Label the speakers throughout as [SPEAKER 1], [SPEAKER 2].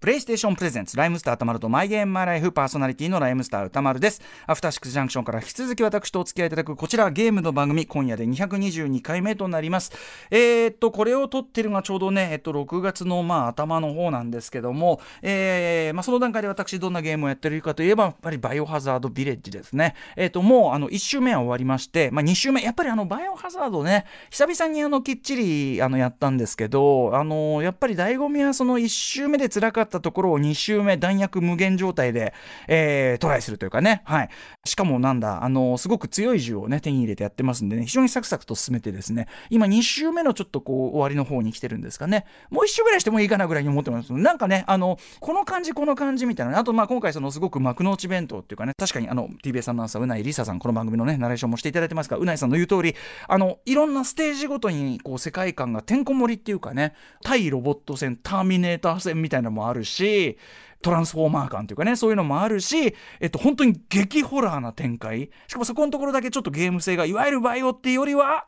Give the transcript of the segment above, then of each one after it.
[SPEAKER 1] プレイステーションプレゼンツライムスター歌丸とマイゲームマイライフパーソナリティのライムスター歌丸ですアフターシックスジャンクションから引き続き私とお付き合いいただくこちらゲームの番組今夜で222回目となりますえー、っとこれを撮ってるのがちょうどねえっと6月のまあ頭の方なんですけどもえー、まあその段階で私どんなゲームをやってるかといえばやっぱりバイオハザードビレッジですねえー、っともうあの1周目は終わりましてまあ2周目やっぱりあのバイオハザードね久々にあのきっちりあのやったんですけどあのやっぱり醍醐味はその1周目で辛かったところを2周目弾薬無限状態で、えートライするというかね、はい、しかもなんだあのすごく強い銃をね手に入れてやってますんでね非常にサクサクと進めてですね今2周目のちょっとこう終わりの方に来てるんですかねもう1周ぐらいしてもいいかなぐらいに思ってますなんかねあのこの感じこの感じみたいなねあとまあ今回そのすごく幕の内弁当っていうかね確かにあの TBS アナウンサーうないりささんこの番組のねナレーションもしていただいてますがうないさんの言う通りあのいろんなステージごとにこう世界観がてんこ盛りっていうかね対ロボット戦ターミネーター戦みたいなのもあるしトランスフォーマー感というかねそういうのもあるし、えっと、本当に激ホラーな展開しかもそこのところだけちょっとゲーム性がいわゆるバイオっていうよりは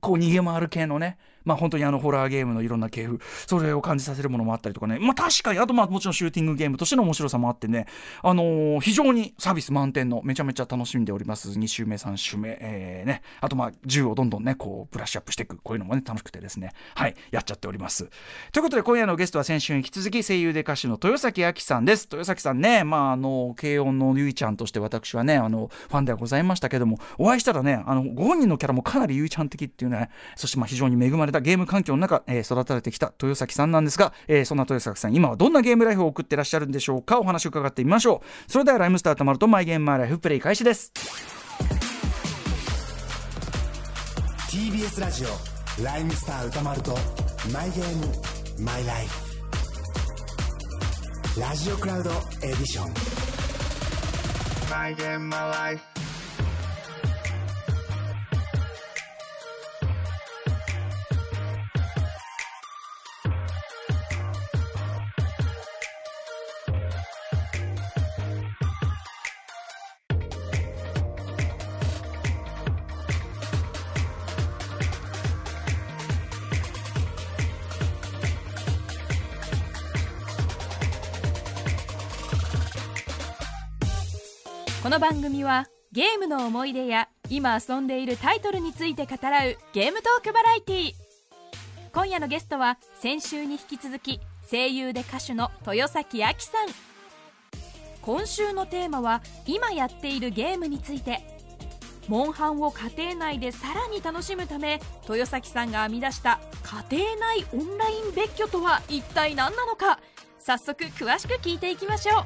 [SPEAKER 1] こう逃げ回る系のねまあ本当にあのホラーゲームのいろんな系譜それを感じさせるものもあったりとかねまあ確かにあとまあもちろんシューティングゲームとしての面白さもあってねあのー非常にサービス満点のめちゃめちゃ楽しんでおります2周目3周目えーねあとまあ銃をどんどんねこうブラッシュアップしていくこういうのもね楽しくてですねはいやっちゃっておりますということで今夜のゲストは先週に引き続き声優で歌手の豊崎亜紀さんです豊崎さんねまああの軽音のゆいちゃんとして私はねあのファンではございましたけどもお会いしたらねあのご本人のキャラもかなりゆいちゃん的っていうねそしてまあ非常に恵まれたゲーム環境の中、えー育たれてきた豊崎さんなんですが、えーそんな豊崎さん今はどんなゲームライフを送ってらっしゃるんでしょうかお話を伺ってみましょうそれではライムスターたまるとマイゲームマイライフプレイ開始です
[SPEAKER 2] TBS ラジオライムスター歌丸とマイゲームマイライフラジオクラウドエディション
[SPEAKER 3] my game, my life.
[SPEAKER 4] この番組はゲームの思い出や今遊んでいるタイトルについて語らうゲームトークバラエティー今夜のゲストは先週に引き続き声優で歌手の豊崎亜希さん今週のテーマは今やっているゲームについてモンハンを家庭内でさらに楽しむため豊崎さんが編み出した家庭内オンライン別居とは一体何なのか早速詳しく聞いていきましょう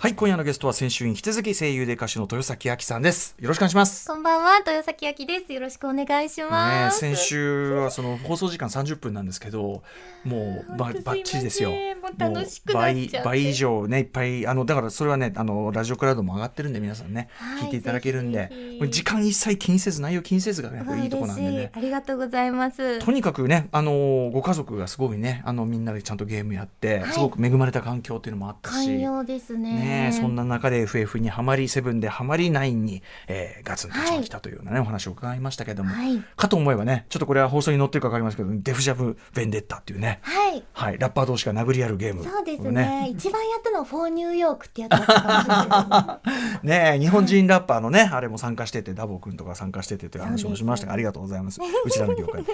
[SPEAKER 1] はい今夜のゲストは先週に引き続き声優で歌手の豊崎亜紀さんですよろしくお願いします
[SPEAKER 5] こんばんは、豊崎あきです。よろしくお願いし
[SPEAKER 1] ね
[SPEAKER 5] ま
[SPEAKER 1] え、
[SPEAKER 5] す。
[SPEAKER 1] 先週はその放送時間30分なんですけどもうば
[SPEAKER 5] 本当すいません
[SPEAKER 1] ばっちりですよ。
[SPEAKER 5] もう楽しくなっちゃって
[SPEAKER 1] もう倍倍以上ねいっぱいあのだからそれはねあのラジオクラウドも上がってるんで皆さんね、
[SPEAKER 5] はい
[SPEAKER 1] 聞いていただけるんで
[SPEAKER 5] ぜひぜひ
[SPEAKER 1] もう時間一切気にせず内容気にせずがねやっぱりいいとこなんで
[SPEAKER 5] わあ嬉し
[SPEAKER 1] ね
[SPEAKER 5] い。ありがとうございます。
[SPEAKER 1] とにかくね、あのご家族がすごいね、あのみんなでちゃんとゲームやって、
[SPEAKER 5] はい
[SPEAKER 1] すごく恵まれた環境っていうのもあったし。
[SPEAKER 5] 寛容です
[SPEAKER 1] ね
[SPEAKER 5] ね。
[SPEAKER 1] えそんな中で FF にはまりセブンではまりナインに、えーガツンと一番来たというような、ねお話を伺いましたけども、
[SPEAKER 5] はい
[SPEAKER 1] かと思えばねちょっとこれは放送に載ってるか分かりますけどデフジャブ・ベンデッタっていうね、
[SPEAKER 5] はい。
[SPEAKER 1] はい、ラッパー同士が殴り合うゲーム
[SPEAKER 5] そうですね一番やったのはフォーニューヨークってやつだったかもしれない
[SPEAKER 1] ねえ日本人ラッパーのね、あれも参加しててダボー君とか参加しててという話もしましたが、ありがとうございますうちらの業界。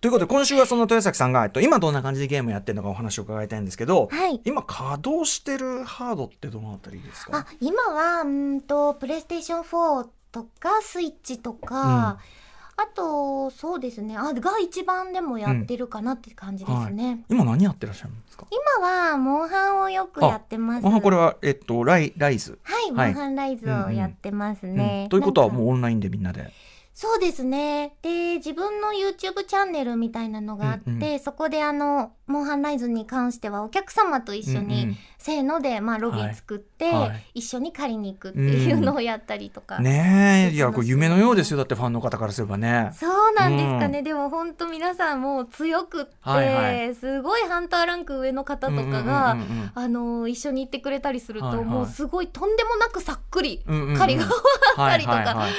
[SPEAKER 1] ということで今週はその豊崎さんが、えっと、今どんな感じでゲームやってるのかお話を伺いたいんですけど、
[SPEAKER 5] はい
[SPEAKER 1] 今稼働してるハードってどのあたりですか
[SPEAKER 5] あ今はうーんとプレイステーション4とかスイッチとか、あとそうですねあが一番でもやってるかなって感じですね、
[SPEAKER 1] 今何やってらっしゃるんですか
[SPEAKER 5] 今はモンハンをよくやってます
[SPEAKER 1] あこれは、えっと、ライライズ、
[SPEAKER 5] はい、
[SPEAKER 1] はい
[SPEAKER 5] モンハンライズをやってま
[SPEAKER 1] う
[SPEAKER 5] す
[SPEAKER 1] ん
[SPEAKER 5] ね、
[SPEAKER 1] ということはも
[SPEAKER 5] う
[SPEAKER 1] うオンラインでみんなで
[SPEAKER 5] そうですね。で、自分の YouTube チャンネルみたいなのがあって、
[SPEAKER 6] うんう
[SPEAKER 5] そこであの、モンハンライズに関してはお客様と一緒に、
[SPEAKER 6] うんうん
[SPEAKER 5] せーので、まあ、ロビー作って、
[SPEAKER 6] はいはい
[SPEAKER 5] 一緒に借りに行くっていうのをやったりとか。
[SPEAKER 6] ねえいやこれ夢のようですよだってファンの方からすればね
[SPEAKER 5] そうなんですかね、でも本当皆さんもう強くって、
[SPEAKER 6] はいはい
[SPEAKER 5] すごいハンターランク上の方とかが、
[SPEAKER 6] うんうんうんうん
[SPEAKER 5] あの一緒に行ってくれたりすると、
[SPEAKER 6] はいはい
[SPEAKER 5] もうすごいとんでもなくさっくり
[SPEAKER 6] うんうんうん
[SPEAKER 5] 狩りが終わったりとか、
[SPEAKER 6] はいはい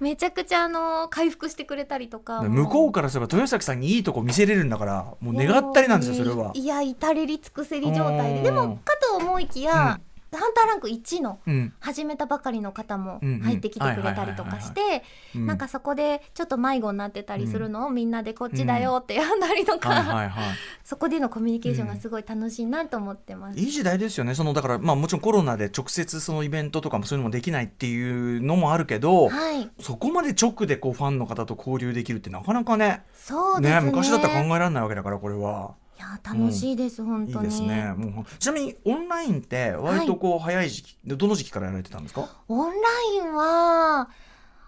[SPEAKER 5] めちゃくちゃあの回復してくれたりとか
[SPEAKER 6] はい向こう
[SPEAKER 5] か
[SPEAKER 6] からすれば豊崎さんにいいとこ見せれるんだからもう願ったりなんですよそれはい
[SPEAKER 5] や至れり尽くせり状態
[SPEAKER 6] う
[SPEAKER 5] で
[SPEAKER 6] ん
[SPEAKER 5] でもかと思いきや、ハンターランク1の
[SPEAKER 6] うん
[SPEAKER 5] 始めたばかりの方も
[SPEAKER 6] うんうん
[SPEAKER 5] 入ってきてくれたりとかして
[SPEAKER 6] うん
[SPEAKER 5] なんかそこでちょっと迷子になってたりするのをみんなでこっちだよってやんだりとか、
[SPEAKER 6] はいはいはい
[SPEAKER 5] そこでのコミュニケーションがすごい楽しいなと思ってます。
[SPEAKER 6] いい時代ですよね、そのだから、まあ、もちろんコロナで直接そのイベントとかもそういうのもできないっていうのもあるけど、
[SPEAKER 5] はい、
[SPEAKER 6] そこまで直でこうファンの方と交流できるってなかなかね
[SPEAKER 5] そうです
[SPEAKER 6] ね
[SPEAKER 5] ね。
[SPEAKER 6] 昔だったら考えられないわけだから、これは。
[SPEAKER 5] いや楽しいです、本
[SPEAKER 6] いい
[SPEAKER 5] 当に
[SPEAKER 6] ですねもうちなみにオンラインって割とこう早い時期、どの時期からやられてたんですか
[SPEAKER 5] オンラインは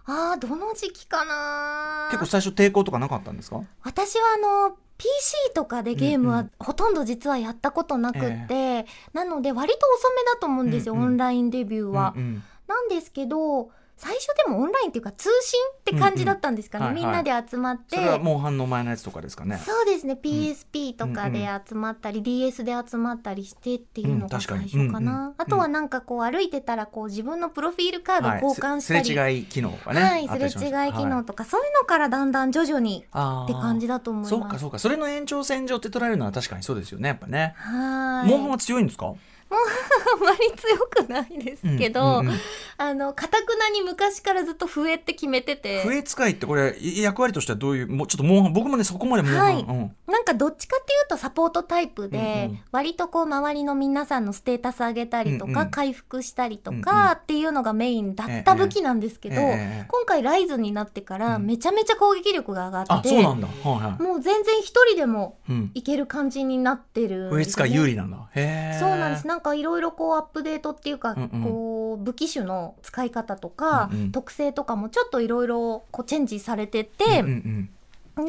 [SPEAKER 5] あーどの時期かな
[SPEAKER 6] 結構最初抵抗とかなかったんですか
[SPEAKER 5] 私はあの PC とかでゲーム
[SPEAKER 6] うん
[SPEAKER 5] はほとんど実はやったことなくって、なので割と遅めだと思うんですよ、
[SPEAKER 6] うんうん
[SPEAKER 5] オンラインデビューは、
[SPEAKER 6] うんうん
[SPEAKER 5] なんですけど最初でもオンラインっていうか通信って感じだったんですかね、
[SPEAKER 6] うんうんはい
[SPEAKER 5] みん
[SPEAKER 6] はい
[SPEAKER 5] なで集まって
[SPEAKER 6] それはモンハンの前のやつとかですかね。
[SPEAKER 5] そうですね PSP とか
[SPEAKER 6] うん
[SPEAKER 5] で集まったり、DS で集まったりしてっていうの
[SPEAKER 6] う
[SPEAKER 5] が
[SPEAKER 6] ん確か
[SPEAKER 5] 最
[SPEAKER 6] に
[SPEAKER 5] 初かな、
[SPEAKER 6] うんうんうん
[SPEAKER 5] あとはなんかこう歩いてたらこう自分のプロフィールカード
[SPEAKER 6] はい
[SPEAKER 5] 交換した
[SPEAKER 6] す
[SPEAKER 5] り、
[SPEAKER 6] れ違い機能がね。
[SPEAKER 5] はい、
[SPEAKER 6] あ
[SPEAKER 5] すれ
[SPEAKER 6] った
[SPEAKER 5] 違
[SPEAKER 6] り
[SPEAKER 5] い
[SPEAKER 6] しま
[SPEAKER 5] 機
[SPEAKER 6] した
[SPEAKER 5] 能とか、そういうのからだんだん徐々にって感じ
[SPEAKER 6] だ
[SPEAKER 5] だと思います。
[SPEAKER 6] そうかそうかそれの延長線上って捉えるのは確かにそうですよねやっぱね。
[SPEAKER 5] はーい。
[SPEAKER 6] モンハンは強いんですか
[SPEAKER 5] あんまり強くないですけど、
[SPEAKER 6] うんうんうん
[SPEAKER 5] あの、かたくなに昔からずっと笛って決めてて、
[SPEAKER 6] 笛使いってこれい役割としてはどういうもうちょっとモンハン僕もねそこまでモンハン、
[SPEAKER 5] はい
[SPEAKER 6] うん
[SPEAKER 5] なんかどっちかっていうとサポートタイプで、
[SPEAKER 6] うんうん
[SPEAKER 5] 割とこう周りの皆さんのステータス上げたりとか、
[SPEAKER 6] うんうん
[SPEAKER 5] 回復したりと
[SPEAKER 6] うんうん
[SPEAKER 5] かっていうのがメインだった武器なんですけど、
[SPEAKER 6] ええええ
[SPEAKER 5] 今回ライズになってからめちゃめちゃ攻撃力が上が
[SPEAKER 6] あ
[SPEAKER 5] って、
[SPEAKER 6] そうなんだはいはい、
[SPEAKER 5] もう全然一人でも
[SPEAKER 6] うん、
[SPEAKER 5] いける感じになってるん
[SPEAKER 6] 笛
[SPEAKER 5] ですね、
[SPEAKER 6] 使い有利なんだへえ
[SPEAKER 5] そうなんです
[SPEAKER 6] ね
[SPEAKER 5] なんかいろいろこうアップデートっていうか、
[SPEAKER 6] うんうん
[SPEAKER 5] こう武器種の使い方とか、
[SPEAKER 6] うんうん
[SPEAKER 5] 特性とかもちょっといろいろこうチェンジされて
[SPEAKER 6] うん
[SPEAKER 5] て、
[SPEAKER 6] うん
[SPEAKER 5] で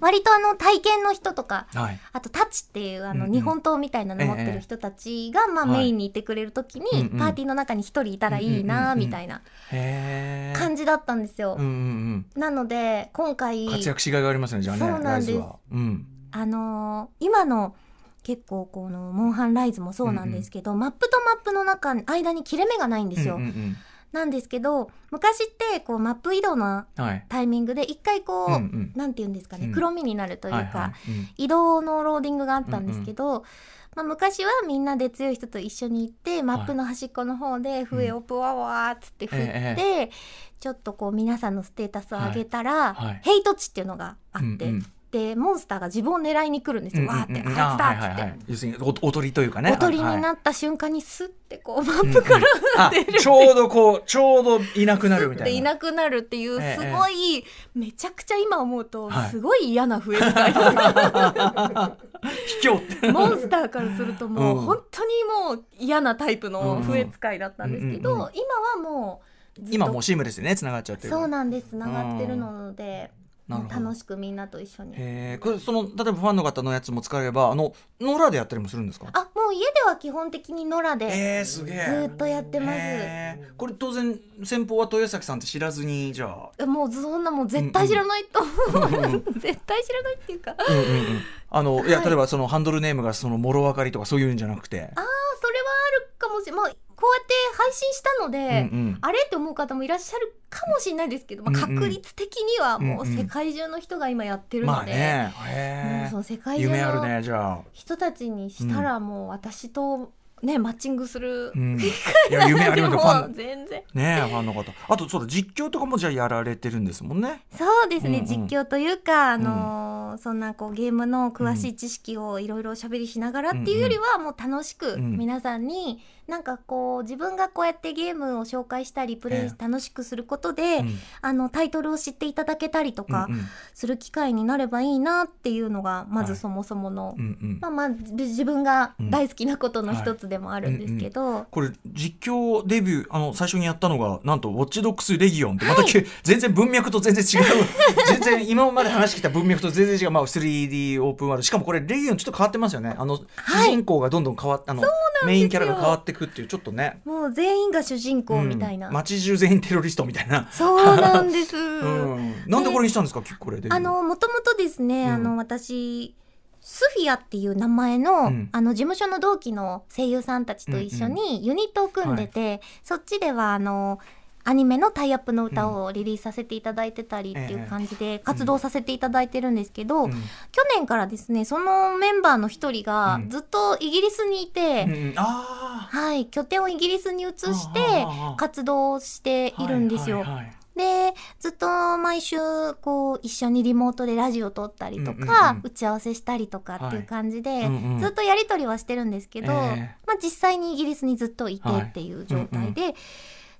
[SPEAKER 5] 割とあの体験の人とか
[SPEAKER 6] うん、はい
[SPEAKER 5] あとタッチっていうあ
[SPEAKER 6] う
[SPEAKER 5] の
[SPEAKER 6] んうん
[SPEAKER 5] 日本刀みたいなの持ってる人たちが、まあ、
[SPEAKER 6] はい
[SPEAKER 5] メインにいてくれるときに、
[SPEAKER 6] うんうん
[SPEAKER 5] パーティーの中に一人いたらいいな
[SPEAKER 6] うんうんうんうん
[SPEAKER 5] みたいな
[SPEAKER 6] へえ
[SPEAKER 5] 感じだったんですよ。
[SPEAKER 6] うんうん
[SPEAKER 5] なので今回
[SPEAKER 6] うん活躍しがいがありますねじゃあね
[SPEAKER 5] そうなんです
[SPEAKER 6] ライズはうん
[SPEAKER 5] あのー今の結構この「モンハンライズ」もそうなんですけど、マップとマップの中間に切れ目がないんですよ。
[SPEAKER 6] うんうん
[SPEAKER 5] なんですけど昔ってこうマップ移動の
[SPEAKER 6] うん、はい
[SPEAKER 5] タイミングで一回こう、
[SPEAKER 6] うんうん
[SPEAKER 5] なんて言うんですかね、
[SPEAKER 6] うん
[SPEAKER 5] 黒身になるというか。
[SPEAKER 6] はいはいうん
[SPEAKER 5] 移動のローディングがあったんですけど、まあ、昔はみんなで強い人と一緒に行ってマップの端っこの方で笛をプワワーっつって振って、
[SPEAKER 6] え
[SPEAKER 5] ちょっとこう皆さんのステータスを上げたら、
[SPEAKER 6] はいはい
[SPEAKER 5] ヘイト値っていうのがあって、
[SPEAKER 6] うんうん
[SPEAKER 5] でモンスターが自分を狙いに来るんですよ、わーって「あいつ
[SPEAKER 6] あ
[SPEAKER 5] だ!」っつって。
[SPEAKER 6] はいはいはい、要するにおおとりというかね
[SPEAKER 5] おとりに
[SPEAKER 6] っ
[SPEAKER 5] なった瞬間にスッてこうマ
[SPEAKER 6] て
[SPEAKER 5] ップから
[SPEAKER 6] ちょうどこうち ょうどいなくなるみ
[SPEAKER 5] スッ
[SPEAKER 6] た
[SPEAKER 5] てい
[SPEAKER 6] いな
[SPEAKER 5] なくなるっていう
[SPEAKER 6] ええ
[SPEAKER 5] すごいめちゃくちゃ今思うと
[SPEAKER 6] はい
[SPEAKER 5] すごい嫌な笛使いだな
[SPEAKER 6] 卑怯って
[SPEAKER 5] モンスターからするともう
[SPEAKER 6] うん
[SPEAKER 5] 本当にもう嫌なタイプの笛使いだったんですけど、
[SPEAKER 6] うんうんうん
[SPEAKER 5] 今はもうずっと
[SPEAKER 6] 今もうシームレスでね繋がっちゃってる
[SPEAKER 5] そうなんです繋がってるので、
[SPEAKER 6] うんなるほど
[SPEAKER 5] 楽しくみんなと一緒に。
[SPEAKER 6] えー、これその例えばファンの方のやつも使えればあのノラでやったりもするんですか
[SPEAKER 5] あもう家では基本的に野良で
[SPEAKER 6] えー、すげえ
[SPEAKER 5] ずっとやってます。
[SPEAKER 6] えーこれ当然先方は豊崎さんって知らずにじゃあ、
[SPEAKER 5] えもうそんなもう絶対知らないと思う、 絶対知らないっていうかあ
[SPEAKER 6] うんうんうん、あのいや
[SPEAKER 5] はい
[SPEAKER 6] 例えばそのハンドルネームがそのもろ分かりとかそういうんじゃなくて
[SPEAKER 5] あそれはあるかもしれない、まあ、こうやって配信したので、
[SPEAKER 6] うんうん
[SPEAKER 5] あれって思う方もいらっしゃるかもしれないですけど、まあ、
[SPEAKER 6] うんうん
[SPEAKER 5] 確率的にはもう
[SPEAKER 6] うんうん
[SPEAKER 5] 世界中の人が今やってる
[SPEAKER 6] まあ
[SPEAKER 5] ので、
[SPEAKER 6] ね
[SPEAKER 5] もう
[SPEAKER 6] へ
[SPEAKER 5] その世
[SPEAKER 6] え
[SPEAKER 5] 界中
[SPEAKER 6] 夢ある
[SPEAKER 5] の
[SPEAKER 6] ねじゃあ、
[SPEAKER 5] 人たちにしたらもう私とねマッチングする
[SPEAKER 6] う、 ん、いや夢あるよねファ
[SPEAKER 5] もう
[SPEAKER 6] ン
[SPEAKER 5] 全然
[SPEAKER 6] ねファンの方あとそうだ実況とかもじゃあやられてるんですもんね
[SPEAKER 5] そうですね、
[SPEAKER 6] うんうん
[SPEAKER 5] 実況というかあのーのそんなこうゲームの詳しい知識をいろいろ喋りしながらっていうよりはもう楽しく
[SPEAKER 6] うん
[SPEAKER 5] 皆さんになんかこう自分がこうやってゲームを紹介したりプレイ
[SPEAKER 6] ええ
[SPEAKER 5] 楽しくすることで
[SPEAKER 6] うん
[SPEAKER 5] あのタイトルを知っていただけたりとか
[SPEAKER 6] うんうん
[SPEAKER 5] する機会になればいいなっていうのがま
[SPEAKER 6] は
[SPEAKER 5] ず
[SPEAKER 6] い
[SPEAKER 5] そもそもの
[SPEAKER 6] うんうん
[SPEAKER 5] まあまあじ自分が大好きなことの一つでもあるんですけど
[SPEAKER 6] これ実況デビューあの最初にやったのがなんと「ウォッチドックスレギオン」ってまたけ、全然文脈と全然違う 全然今まで話してきた文脈と全然違う、まあ、3D オープンワールドしかもこれレギオンちょっと変わってますよねあの、
[SPEAKER 5] はい
[SPEAKER 6] 主人公がどんどん変わっあのメインキャラが変わってくっていうちょっとね、
[SPEAKER 5] もう全員が主人公
[SPEAKER 6] うん
[SPEAKER 5] みたいな
[SPEAKER 6] 街中全員テロリストみたいな、
[SPEAKER 5] そうなんです
[SPEAKER 6] うん、なんでこれにしたんですかこれで
[SPEAKER 5] あの、もともとですね、
[SPEAKER 6] うん
[SPEAKER 5] あの、私、スフィアっていう名前の、
[SPEAKER 6] うん
[SPEAKER 5] あの、事務所の同期の声優さんたちと一緒にユニットを組んでて、そっちでは、あの、アニメのタイアップの歌をリリースさせていただいてたりっていう感じで活動させていただいてるんですけど、
[SPEAKER 6] うん
[SPEAKER 5] 去年からですね、そのメンバーの一人が
[SPEAKER 6] うん
[SPEAKER 5] ずっとイギリスにいて、
[SPEAKER 6] うんうんあ
[SPEAKER 5] はい、拠点をイギリスに移して
[SPEAKER 6] ああああ
[SPEAKER 5] 活動して
[SPEAKER 6] ー
[SPEAKER 5] いるんですよ。
[SPEAKER 6] はいはいはい
[SPEAKER 5] でずっと毎週こう一緒にリモートでラジオ撮ったりとか、
[SPEAKER 6] うんうんうん
[SPEAKER 5] 打ち合わせしたりとかっていう感じで、
[SPEAKER 6] うんうん
[SPEAKER 5] ずっとやり取りはしてるんですけど、
[SPEAKER 6] ええ
[SPEAKER 5] まあ、実際にイギリスにずっといてっていう状態で。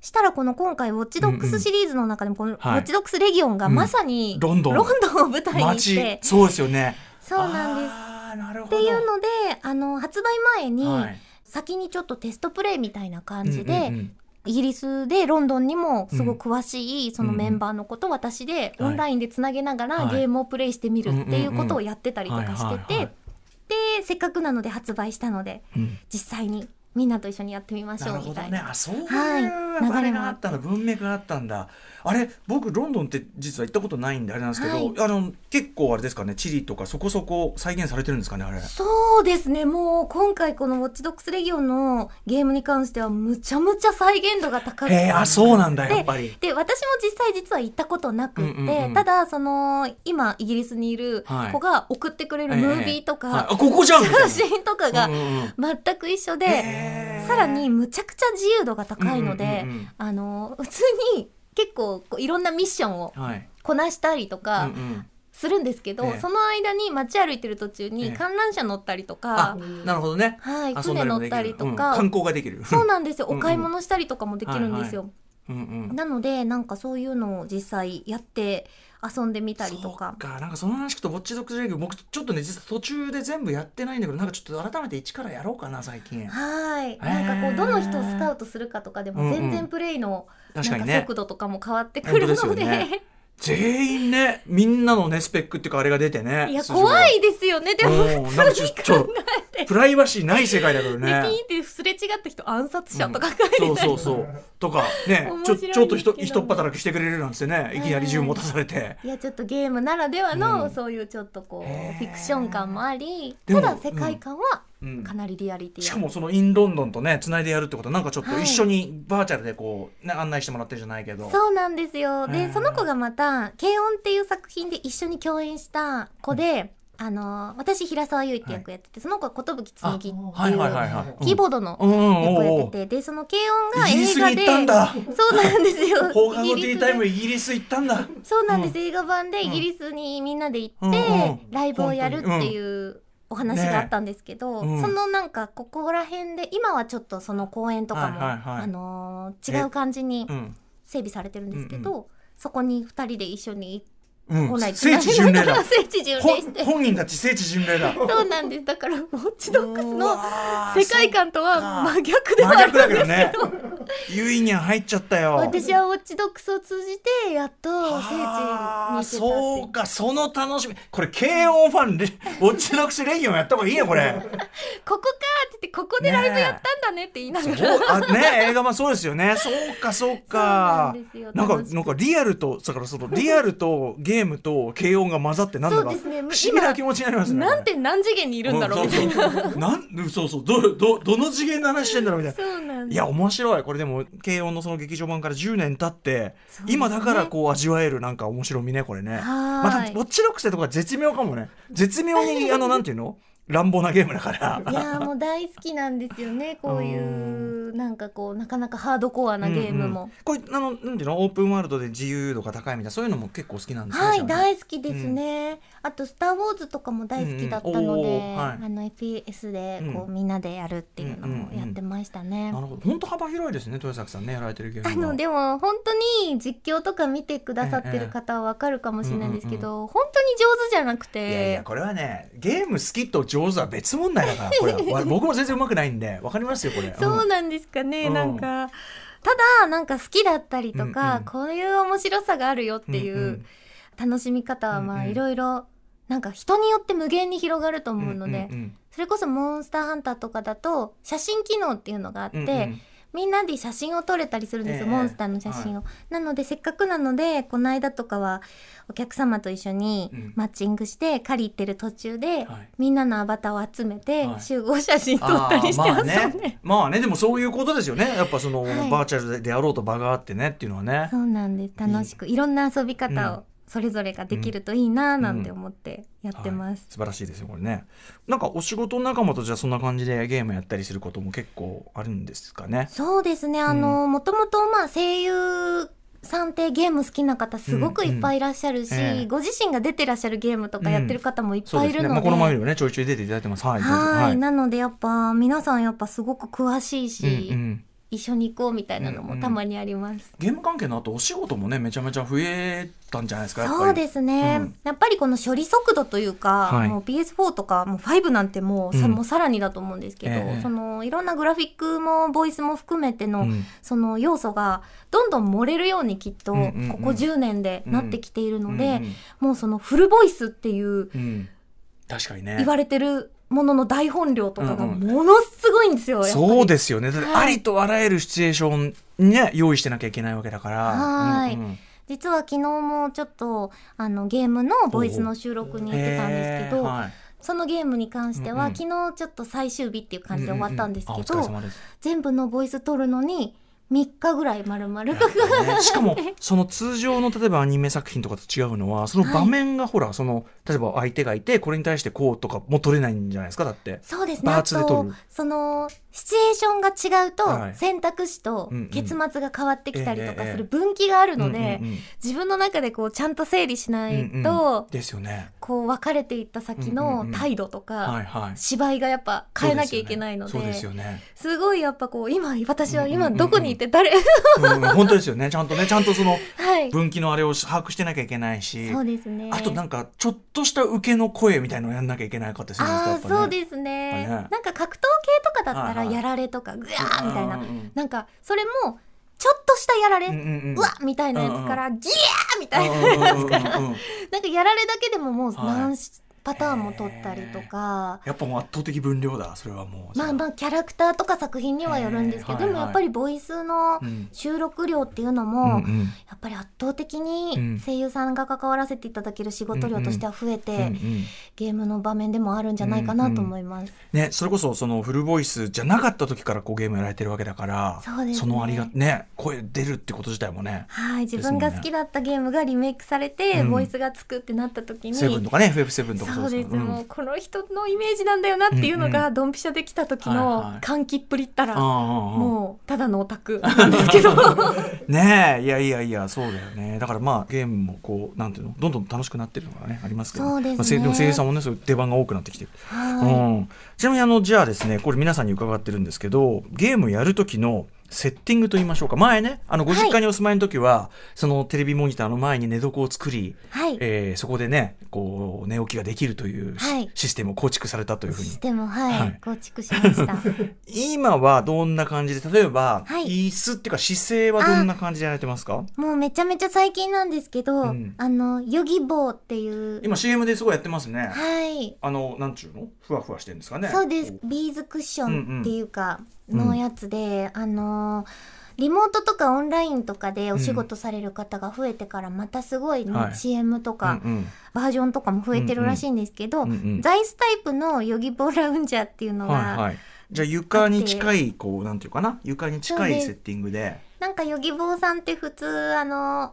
[SPEAKER 5] したらこの今回ウォッチドックスシリーズの中でもこのウォ
[SPEAKER 6] はい
[SPEAKER 5] ッチドックスレギオンがまさに
[SPEAKER 6] うんロンドン
[SPEAKER 5] を舞台にして
[SPEAKER 6] 街そうですよね
[SPEAKER 5] そうなんです。
[SPEAKER 6] あーなるほ
[SPEAKER 5] っ
[SPEAKER 6] ど
[SPEAKER 5] ていうのであの発売前に
[SPEAKER 6] はい
[SPEAKER 5] 先にちょっとテストプレイみたいな感じで、
[SPEAKER 6] うんうんうん
[SPEAKER 5] イギリスでロンドンにもすごく詳しいそのメンバーのこと私で
[SPEAKER 6] うん
[SPEAKER 5] オンラインでつなげながら
[SPEAKER 6] はい
[SPEAKER 5] ゲームをプレイしてみるっていうことをやってたりとか
[SPEAKER 6] はい
[SPEAKER 5] し
[SPEAKER 6] はい
[SPEAKER 5] て
[SPEAKER 6] はい
[SPEAKER 5] てでせっかくなので発売したので
[SPEAKER 6] うん
[SPEAKER 5] 実際にみんなと一緒にやってみまし
[SPEAKER 6] な
[SPEAKER 5] ょ
[SPEAKER 6] る
[SPEAKER 5] う
[SPEAKER 6] ほ
[SPEAKER 5] み
[SPEAKER 6] ど
[SPEAKER 5] たい
[SPEAKER 6] ね
[SPEAKER 5] な。
[SPEAKER 6] あそういう
[SPEAKER 5] はい
[SPEAKER 6] あ
[SPEAKER 5] 流
[SPEAKER 6] れ
[SPEAKER 5] れも
[SPEAKER 6] があったんだ文脈があったんだあれ僕ロンドンって実は行ったことないんであれなんですけど、
[SPEAKER 5] はい
[SPEAKER 6] あの結構あれですかね地理とかそこそこ再現されてるんですかねあれ
[SPEAKER 5] そうですねもう今回この「ウォッチドックスレギオン」のゲームに関してはむちゃむちゃ再現度が高くて
[SPEAKER 6] へえあそうなんだやっぱり
[SPEAKER 5] で私も実際実は行ったことなくって、
[SPEAKER 6] うんうんうん
[SPEAKER 5] ただその今イギリスにいる子が送ってくれるムービーと
[SPEAKER 6] ええはい
[SPEAKER 5] か
[SPEAKER 6] あここじゃんみたいな
[SPEAKER 5] 写真とかが
[SPEAKER 6] うんうんうん
[SPEAKER 5] 全く一緒で、
[SPEAKER 6] へえ
[SPEAKER 5] さらにむちゃくちゃ自由度が高いので、
[SPEAKER 6] うんうんうんうん
[SPEAKER 5] あの普通に結構こういろんなミッションを
[SPEAKER 6] はい
[SPEAKER 5] こなしたりと
[SPEAKER 6] うんう
[SPEAKER 5] か
[SPEAKER 6] ん
[SPEAKER 5] するんですけど、
[SPEAKER 6] ええ
[SPEAKER 5] その間に街歩いてる途中
[SPEAKER 6] ええ
[SPEAKER 5] に観覧車乗ったりと
[SPEAKER 6] あ
[SPEAKER 5] か、
[SPEAKER 6] なるほどね
[SPEAKER 5] はい、
[SPEAKER 6] 遊んだ
[SPEAKER 5] 船
[SPEAKER 6] り
[SPEAKER 5] 乗
[SPEAKER 6] も
[SPEAKER 5] っ
[SPEAKER 6] でき
[SPEAKER 5] た
[SPEAKER 6] る
[SPEAKER 5] りと
[SPEAKER 6] うん
[SPEAKER 5] か、
[SPEAKER 6] 観光ができる
[SPEAKER 5] そうなんですよ、
[SPEAKER 6] うんうん
[SPEAKER 5] お買い物したりとかもできるんですよ。
[SPEAKER 6] うんうん
[SPEAKER 5] なのでなんかそういうのを実際やって遊んでみたりとか
[SPEAKER 6] そう。かなんかその話聞くとウォッチドッグスレギュ僕ちょっとね実は途中で全部やってないんだけどなんかちょっと改めて一からやろうかな最近
[SPEAKER 5] はい、
[SPEAKER 6] ー
[SPEAKER 5] なんかこうどの人をスカウトするかとかで
[SPEAKER 6] うんう
[SPEAKER 5] も
[SPEAKER 6] ん
[SPEAKER 5] 全然プレイのなん
[SPEAKER 6] 確かに
[SPEAKER 5] か
[SPEAKER 6] ね
[SPEAKER 5] 速度とかも変わってくるので
[SPEAKER 6] 本当ですよね全員ねみんなのねスペックっていうかあれが出てね
[SPEAKER 5] いや
[SPEAKER 6] 素性が
[SPEAKER 5] 怖いですよねでも
[SPEAKER 6] うんなん
[SPEAKER 5] 普
[SPEAKER 6] か
[SPEAKER 5] 通
[SPEAKER 6] ちょ
[SPEAKER 5] に
[SPEAKER 6] っと
[SPEAKER 5] 考えて
[SPEAKER 6] プライバシーない世界だから
[SPEAKER 5] でピ
[SPEAKER 6] ね
[SPEAKER 5] ンってすれ違った人暗殺者とか書い
[SPEAKER 6] そ
[SPEAKER 5] て
[SPEAKER 6] う
[SPEAKER 5] た
[SPEAKER 6] そ
[SPEAKER 5] り
[SPEAKER 6] うそうとかね
[SPEAKER 5] 面白い
[SPEAKER 6] ちょ
[SPEAKER 5] ですけどね
[SPEAKER 6] ちょっとひとひとっ働きしてくれるなんてねいきなり銃持たされて
[SPEAKER 5] いやちょっとゲームならでは
[SPEAKER 6] う
[SPEAKER 5] の
[SPEAKER 6] ん
[SPEAKER 5] そういうちょっとこ
[SPEAKER 6] へー
[SPEAKER 5] うフィクション感もあり
[SPEAKER 6] でも
[SPEAKER 5] ただ世界観は
[SPEAKER 6] うん
[SPEAKER 5] かなりリアリティ
[SPEAKER 6] し
[SPEAKER 5] あ
[SPEAKER 6] か
[SPEAKER 5] る
[SPEAKER 6] もそのインロンドンとねつないでやるってことはなんかちょっと
[SPEAKER 5] はい
[SPEAKER 6] 一緒にバーチャルでこう、ね、案内してもらってるじゃないけど
[SPEAKER 5] そうなんですよ。
[SPEAKER 6] へ
[SPEAKER 5] で
[SPEAKER 6] ー、
[SPEAKER 5] その子がまた、軽音っていう作品で一緒に共演した子で、あの、私、平沢優衣って役やってて、その子は寿紬きって
[SPEAKER 6] はいいうはいはいはい
[SPEAKER 5] キーボードの
[SPEAKER 6] うんうん
[SPEAKER 5] 役を
[SPEAKER 6] おう
[SPEAKER 5] や
[SPEAKER 6] お
[SPEAKER 5] っ
[SPEAKER 6] う
[SPEAKER 5] てて、で、その軽音が
[SPEAKER 6] イギリ
[SPEAKER 5] 映
[SPEAKER 6] ス
[SPEAKER 5] 画
[SPEAKER 6] に行ったんだ
[SPEAKER 5] で、そうなんですよ。
[SPEAKER 6] 放課後テ
[SPEAKER 5] イギ
[SPEAKER 6] ィ
[SPEAKER 5] リ
[SPEAKER 6] ー
[SPEAKER 5] ス
[SPEAKER 6] タ
[SPEAKER 5] で
[SPEAKER 6] イムイギリス行ったんだ
[SPEAKER 5] そうなんです、映画版でイギリスにみんなで行って、
[SPEAKER 6] うんうん
[SPEAKER 5] ライブをやるっていうお話があったんですけど、
[SPEAKER 6] ねえうん
[SPEAKER 5] そのなんかここら辺で今はちょっとその公演とかも、
[SPEAKER 6] はいはいはい
[SPEAKER 5] あのー違う感じに
[SPEAKER 6] うん
[SPEAKER 5] 整備されてるんですけど、
[SPEAKER 6] う
[SPEAKER 5] そこに2人で一緒に
[SPEAKER 6] う
[SPEAKER 5] 本
[SPEAKER 6] ん
[SPEAKER 5] 来
[SPEAKER 6] 聖地巡礼だ
[SPEAKER 5] 聖地巡礼
[SPEAKER 6] ほ
[SPEAKER 5] して
[SPEAKER 6] 本人たち聖地巡 礼だ
[SPEAKER 5] そうなんですだからウォッチドックス
[SPEAKER 6] う
[SPEAKER 5] の
[SPEAKER 6] わー
[SPEAKER 5] 世界観とは
[SPEAKER 6] そっか
[SPEAKER 5] 真逆では
[SPEAKER 6] 真
[SPEAKER 5] あるん
[SPEAKER 6] 逆だけ
[SPEAKER 5] で
[SPEAKER 6] ど
[SPEAKER 5] す
[SPEAKER 6] ねユイニャン入っちゃったよ
[SPEAKER 5] 私はウォッチドックスを通じてやっと聖地に行
[SPEAKER 6] あー
[SPEAKER 5] けたっていう
[SPEAKER 6] そうかその楽しみこれ軽音フ ァンレウォッチドックスレギオンやった方がいいよこれ
[SPEAKER 5] ここかって言ってここでライブやったんだねって言いなが
[SPEAKER 6] そう
[SPEAKER 5] ら、
[SPEAKER 6] あね映画もそうですよねそうかそうか
[SPEAKER 5] そうなんですよ
[SPEAKER 6] んか
[SPEAKER 5] 楽しく
[SPEAKER 6] なんかリアルとだからそのリアルとゲームと軽音が混ざってなんだか
[SPEAKER 5] そう
[SPEAKER 6] 不
[SPEAKER 5] ですね
[SPEAKER 6] 思議な気持ちになりますね
[SPEAKER 5] なんて何次元にいるんだろうみたいな、
[SPEAKER 6] な。そうそうなんそうそうどどどの次元の話してんだろうみたいな。
[SPEAKER 5] そうなん
[SPEAKER 6] い
[SPEAKER 5] です
[SPEAKER 6] や面白いこれでも慶応のその劇場版から10年経って、
[SPEAKER 5] そうですね
[SPEAKER 6] 今だからこう味わえるなんか面白みねこれね
[SPEAKER 5] はーい
[SPEAKER 6] またウォッチロックスとか絶妙かもね絶妙にあのなんていうの乱暴なゲームだから
[SPEAKER 5] いやーもう大好きなんですよねこういういうなんかこうなかなかハードコアなゲームも、
[SPEAKER 6] うんうんこれあのなんていうのオープンワールドで自由度が高いみたいなそういうのも結構好きなんですね
[SPEAKER 5] はい
[SPEAKER 6] じゃあね
[SPEAKER 5] 大好きですね、あと「スター・ウォーズ」とかも大好きだったの
[SPEAKER 6] うんうんお
[SPEAKER 5] で、
[SPEAKER 6] ーはい
[SPEAKER 5] あの FPS でこう
[SPEAKER 6] う
[SPEAKER 5] みんなでやるっていうの
[SPEAKER 6] うんうんう
[SPEAKER 5] も
[SPEAKER 6] ん
[SPEAKER 5] やってましたね、
[SPEAKER 6] なるほど本当幅広いですね豊崎さんねやられてるゲーム
[SPEAKER 5] あ
[SPEAKER 6] は
[SPEAKER 5] のでも本当に実況とか見てくださってる方はわかるかもしれないんですけど、本当に上手じゃなくて
[SPEAKER 6] いやいやこれはねゲーム好きと上手は別問題だからこれ はわ僕も全然うまくないんでわかりますよこれ
[SPEAKER 5] そうんなんですかね、
[SPEAKER 6] うん
[SPEAKER 5] なんかただなんか好きだったりとか、
[SPEAKER 6] うんうん
[SPEAKER 5] こういう面白さがあるよってい
[SPEAKER 6] んん
[SPEAKER 5] う楽しみ方はま
[SPEAKER 6] うん
[SPEAKER 5] あ
[SPEAKER 6] うん
[SPEAKER 5] いろいろなんか人によって無限に広がると思うので、
[SPEAKER 6] んん
[SPEAKER 5] それこそモンスターハンターとかだと写真機能っていうのがあって、
[SPEAKER 6] うんうんうん
[SPEAKER 5] みんなで写真を撮れたりするんですよ、
[SPEAKER 6] ええ
[SPEAKER 5] モンスターの写真を。なのでせっかくなのでこの間とかはお客様と一緒に
[SPEAKER 6] うん
[SPEAKER 5] マッチングして借り入ってる途中で、
[SPEAKER 6] はい
[SPEAKER 5] みんなのアバターを集めて
[SPEAKER 6] はい
[SPEAKER 5] 集合写真撮
[SPEAKER 6] あ
[SPEAKER 5] ったりして遊ん
[SPEAKER 6] ー
[SPEAKER 5] で、
[SPEAKER 6] まあねまあねでもそういうことですよねやっぱその、
[SPEAKER 5] はい
[SPEAKER 6] バーチャルでやろうと場があってねっていうのはね
[SPEAKER 5] そうなんです楽しくいろんな遊び方
[SPEAKER 6] うん
[SPEAKER 5] をそれぞれができるといいななんて思ってやってます。
[SPEAKER 6] 素晴らしいですよこれねなんかお仕事仲間とじゃあそんな感じでゲームやったりすることも結構あるんですかね
[SPEAKER 5] そうですね、あの、もともとまあ声優さんってゲーム好きな方すごくいっぱいいらっしゃるし、
[SPEAKER 6] うんうんええ
[SPEAKER 5] ご自身が出てらっしゃるゲームとかやってる方もいっ
[SPEAKER 6] そう
[SPEAKER 5] ぱい
[SPEAKER 6] で
[SPEAKER 5] い
[SPEAKER 6] す
[SPEAKER 5] る
[SPEAKER 6] ね、
[SPEAKER 5] の
[SPEAKER 6] まあ、
[SPEAKER 5] で、
[SPEAKER 6] この前にもねちょいちょい出ていただいてますはいどうぞ
[SPEAKER 5] はい
[SPEAKER 6] うん
[SPEAKER 5] なのでやっぱ皆さんやっぱすごく詳しいし、
[SPEAKER 6] うん
[SPEAKER 5] 一緒に行こうみたいなのもたまにあります。
[SPEAKER 6] ゲーム関係の後お仕事もねめちゃめちゃ増えたんじゃないですかやっぱり
[SPEAKER 5] そうですね、
[SPEAKER 6] うん
[SPEAKER 5] やっぱりこの処理速度というか、
[SPEAKER 6] はい
[SPEAKER 5] もう PS4 とかもう5なんてもうさ,、
[SPEAKER 6] うん
[SPEAKER 5] もうさらにだと思うんですけど、
[SPEAKER 6] ええ
[SPEAKER 5] そのいろんなグラフィックもボイスも含めての、
[SPEAKER 6] うん
[SPEAKER 5] その要素がどんどん漏れるようにきっと
[SPEAKER 6] う
[SPEAKER 5] こ
[SPEAKER 6] んうんうん
[SPEAKER 5] こ10年でなってきているので、
[SPEAKER 6] うん
[SPEAKER 5] もうそのフルボイスっていう
[SPEAKER 6] うんうん確かにね
[SPEAKER 5] 言われてるものの大本量とかが
[SPEAKER 6] うん
[SPEAKER 5] ものすごいんですよ、やっぱり
[SPEAKER 6] そうですよねだって
[SPEAKER 5] は
[SPEAKER 6] あ
[SPEAKER 5] い
[SPEAKER 6] りとあらゆるシチュエーションにね用意してなきゃいけないわけだから
[SPEAKER 5] はい
[SPEAKER 6] うんうん
[SPEAKER 5] 実は昨日もちょっとあのゲームのボイスの収録に行ってたんですけ
[SPEAKER 6] へー
[SPEAKER 5] ど、
[SPEAKER 6] はい
[SPEAKER 5] そのゲームに関しては、
[SPEAKER 6] うんうん
[SPEAKER 5] 昨日ちょっと最終日っていう感じで終わったんですけど、
[SPEAKER 6] うううあお疲れ様です
[SPEAKER 5] 全部のボイス取るのに3日ぐらい丸々かかる
[SPEAKER 6] ねし かもその通常の例えばアニメ作品とかと違うのはその場面がほら、その例えば相手がいてこれに対してこうとかも取れないんじゃないですかだって。
[SPEAKER 5] そうですね。
[SPEAKER 6] パー
[SPEAKER 5] あ
[SPEAKER 6] ツで撮
[SPEAKER 5] と
[SPEAKER 6] る、
[SPEAKER 5] その、シチュエーションが違うと
[SPEAKER 6] はい、
[SPEAKER 5] 選択肢と
[SPEAKER 6] うんうん
[SPEAKER 5] 結末が変わってきたりとか
[SPEAKER 6] ええ
[SPEAKER 5] する分岐があるの
[SPEAKER 6] う
[SPEAKER 5] で
[SPEAKER 6] んうん、うん
[SPEAKER 5] 自分の中でこう、ちゃんと整理しな
[SPEAKER 6] うんう
[SPEAKER 5] い
[SPEAKER 6] ん
[SPEAKER 5] と、
[SPEAKER 6] ですよね。
[SPEAKER 5] こう、別れていった先
[SPEAKER 6] うんうん
[SPEAKER 5] の
[SPEAKER 6] うん
[SPEAKER 5] 態度と
[SPEAKER 6] はい
[SPEAKER 5] か、
[SPEAKER 6] はい。
[SPEAKER 5] 芝居がやっぱ変えなきゃいけないの
[SPEAKER 6] そうです
[SPEAKER 5] で、
[SPEAKER 6] よね。
[SPEAKER 5] すごいやっぱこう、今、私は
[SPEAKER 6] う
[SPEAKER 5] 今
[SPEAKER 6] んうんうんうん
[SPEAKER 5] どこにいて誰
[SPEAKER 6] そうですよねうん、本当ですよね。ちゃんとね、ちゃんとその
[SPEAKER 5] はい。
[SPEAKER 6] 分岐のあれを把握してなきゃいけないし
[SPEAKER 5] そ、うですね。
[SPEAKER 6] あとなんかちょっとした受けの声みたいのをやんなきゃいけないかったりするんですか。
[SPEAKER 5] あ
[SPEAKER 6] や
[SPEAKER 5] あ
[SPEAKER 6] っ
[SPEAKER 5] ー、
[SPEAKER 6] ぱね
[SPEAKER 5] そうですね。
[SPEAKER 6] やっぱね
[SPEAKER 5] なんか格闘系とかだった
[SPEAKER 6] は
[SPEAKER 5] ら、
[SPEAKER 6] いはい
[SPEAKER 5] やられとか、ぐわーみたいな
[SPEAKER 6] うんう。ん
[SPEAKER 5] なんか、それも、ちょっとしたやられ
[SPEAKER 6] うんうんうん
[SPEAKER 5] うわっみたいなやつから、ギャーみたいな、
[SPEAKER 6] うんうんうんうんうん
[SPEAKER 5] なんかやられだけでももう
[SPEAKER 6] は
[SPEAKER 5] 何パターンも取ったりとか、
[SPEAKER 6] やっぱもう圧倒的分量だ。それはもう。
[SPEAKER 5] まあまあキャラクターとか作品にはよるんですけど、
[SPEAKER 6] へーはい
[SPEAKER 5] でもやっぱりボイスの
[SPEAKER 6] うん
[SPEAKER 5] 収録量っていうのも、
[SPEAKER 6] うんうん
[SPEAKER 5] やっぱり圧倒的
[SPEAKER 6] うん
[SPEAKER 5] に声優さんが関わらせていただける仕事量としては増えて、
[SPEAKER 6] うんうん
[SPEAKER 5] ゲームの場面でもあるんじゃないかなと思います。
[SPEAKER 6] ね、それこそそのフルボイスじゃなかった時からこうゲームやられてるわけだから
[SPEAKER 5] そうですね
[SPEAKER 6] のありがね声出るってこと自体もね
[SPEAKER 5] はい、自分が好きだったゲームがリメイクされて、
[SPEAKER 6] うん
[SPEAKER 5] ボイスがつくってなった時に、
[SPEAKER 6] セブンとかね FF7 とか
[SPEAKER 5] そうです、
[SPEAKER 6] よ
[SPEAKER 5] もうこの人のイメージなんだよなっていうの
[SPEAKER 6] うん
[SPEAKER 5] がドンピシャできた時
[SPEAKER 6] はいはい
[SPEAKER 5] の歓喜っぷりったら
[SPEAKER 6] も
[SPEAKER 5] もうただのオタクなんですけど
[SPEAKER 6] うんねえいやいやいやそうだよねだからまあゲームもこうなんていうのどんどん楽しくなってるのがねありますけど
[SPEAKER 5] そうですね
[SPEAKER 6] まあせでも声優さんもねそういう出番が多くなってきてる、うん、ちなみにあのじゃあですねこれ皆さんに伺ってるんですけどゲームやる時のセッティングと言いましょうか前ねあのご実家にお住まいの時は、そのテレビモニターの前に寝床を作り
[SPEAKER 5] はい
[SPEAKER 6] えーそこでねこう寝起きができるというシ,、
[SPEAKER 5] はい
[SPEAKER 6] ステムを構築されたというふう
[SPEAKER 5] シ
[SPEAKER 6] に
[SPEAKER 5] ステムはい、
[SPEAKER 6] はい
[SPEAKER 5] 構築しました
[SPEAKER 6] 今はどんな感じで例えば、
[SPEAKER 5] はい
[SPEAKER 6] 椅子っていうか姿勢はどんな感じでやられてますか
[SPEAKER 5] もうめちゃめちゃ最近なんですけど、
[SPEAKER 6] うん
[SPEAKER 5] あのヨギボーっていう
[SPEAKER 6] 今 CM ですごいやってますね、
[SPEAKER 5] はい
[SPEAKER 6] あのなんちゅうのふわふわしてるんですかね
[SPEAKER 5] そうです
[SPEAKER 6] こ
[SPEAKER 5] ビーズクッショ
[SPEAKER 6] うんうん
[SPEAKER 5] ンっていうか
[SPEAKER 6] うん
[SPEAKER 5] のやつで、あのーリモートとかオンラインとかでお仕事される方が増えてからまたすごいね、
[SPEAKER 6] はい
[SPEAKER 5] CM と
[SPEAKER 6] う
[SPEAKER 5] か
[SPEAKER 6] うん
[SPEAKER 5] バージョンとかも増えてるらしいんですけど、
[SPEAKER 6] うんうんうんうん
[SPEAKER 5] ザイスタイプのヨギボーラウンジャーっていう
[SPEAKER 6] う
[SPEAKER 5] の
[SPEAKER 6] ん
[SPEAKER 5] が、
[SPEAKER 6] はいはいじゃあ床に近いこうなんていうかな床に近
[SPEAKER 5] そう
[SPEAKER 6] い
[SPEAKER 5] です
[SPEAKER 6] セッティングで
[SPEAKER 5] なんかヨギボーさんって普通あの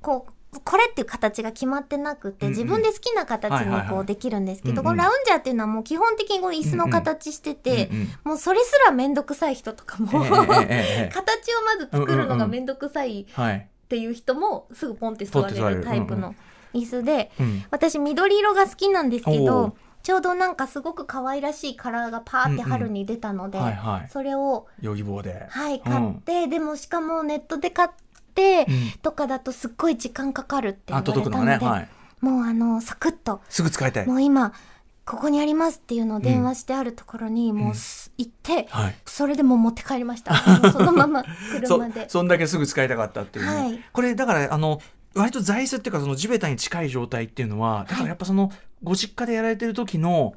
[SPEAKER 5] こうこれっていう形が決まってなくて、
[SPEAKER 6] うんうん
[SPEAKER 5] 自分で好きな形
[SPEAKER 6] はい
[SPEAKER 5] に
[SPEAKER 6] はいは
[SPEAKER 5] こ
[SPEAKER 6] いう
[SPEAKER 5] できるんですけど、
[SPEAKER 6] うんうん
[SPEAKER 5] このラウンジャーっていうのはもう基本的にこの椅子の形してて、
[SPEAKER 6] うんうん
[SPEAKER 5] もうそれすら面倒くさい人とかも、
[SPEAKER 6] ええええええ
[SPEAKER 5] 形をまず作るのが面倒くさいっ
[SPEAKER 6] はい、
[SPEAKER 5] ていう人もすぐポンって座
[SPEAKER 6] ポンって座
[SPEAKER 5] れ
[SPEAKER 6] れる
[SPEAKER 5] るタイプ
[SPEAKER 6] うん
[SPEAKER 5] の椅子で、
[SPEAKER 6] うん、
[SPEAKER 5] 私緑色が好きなんですけ
[SPEAKER 6] おー
[SPEAKER 5] どちょうどなんかすごく可愛らしいカラーがパーって春に出たので、
[SPEAKER 6] はいはい
[SPEAKER 5] それを
[SPEAKER 6] ヨギボーで、
[SPEAKER 5] はい買って、でもしかもネットで買って
[SPEAKER 6] うん、
[SPEAKER 5] とかだとすっごい時間かかるって言わ
[SPEAKER 6] あ
[SPEAKER 5] れた
[SPEAKER 6] 届
[SPEAKER 5] の
[SPEAKER 6] く
[SPEAKER 5] で、
[SPEAKER 6] のがね、はい、
[SPEAKER 5] もうあのサクッと
[SPEAKER 6] すぐ使いたい
[SPEAKER 5] もう今ここにありますっていうのを電話してあるところにもうす行って、
[SPEAKER 6] はい
[SPEAKER 5] それでもう持って帰り ましたもうそのまま
[SPEAKER 6] そ
[SPEAKER 5] 車で
[SPEAKER 6] そんだけすぐ使いたかったっていうね、
[SPEAKER 5] はい
[SPEAKER 6] これだからあの割と座椅子っていうかその地べたに近い状態っていうのはだからやっぱそのご実家でやられてる時の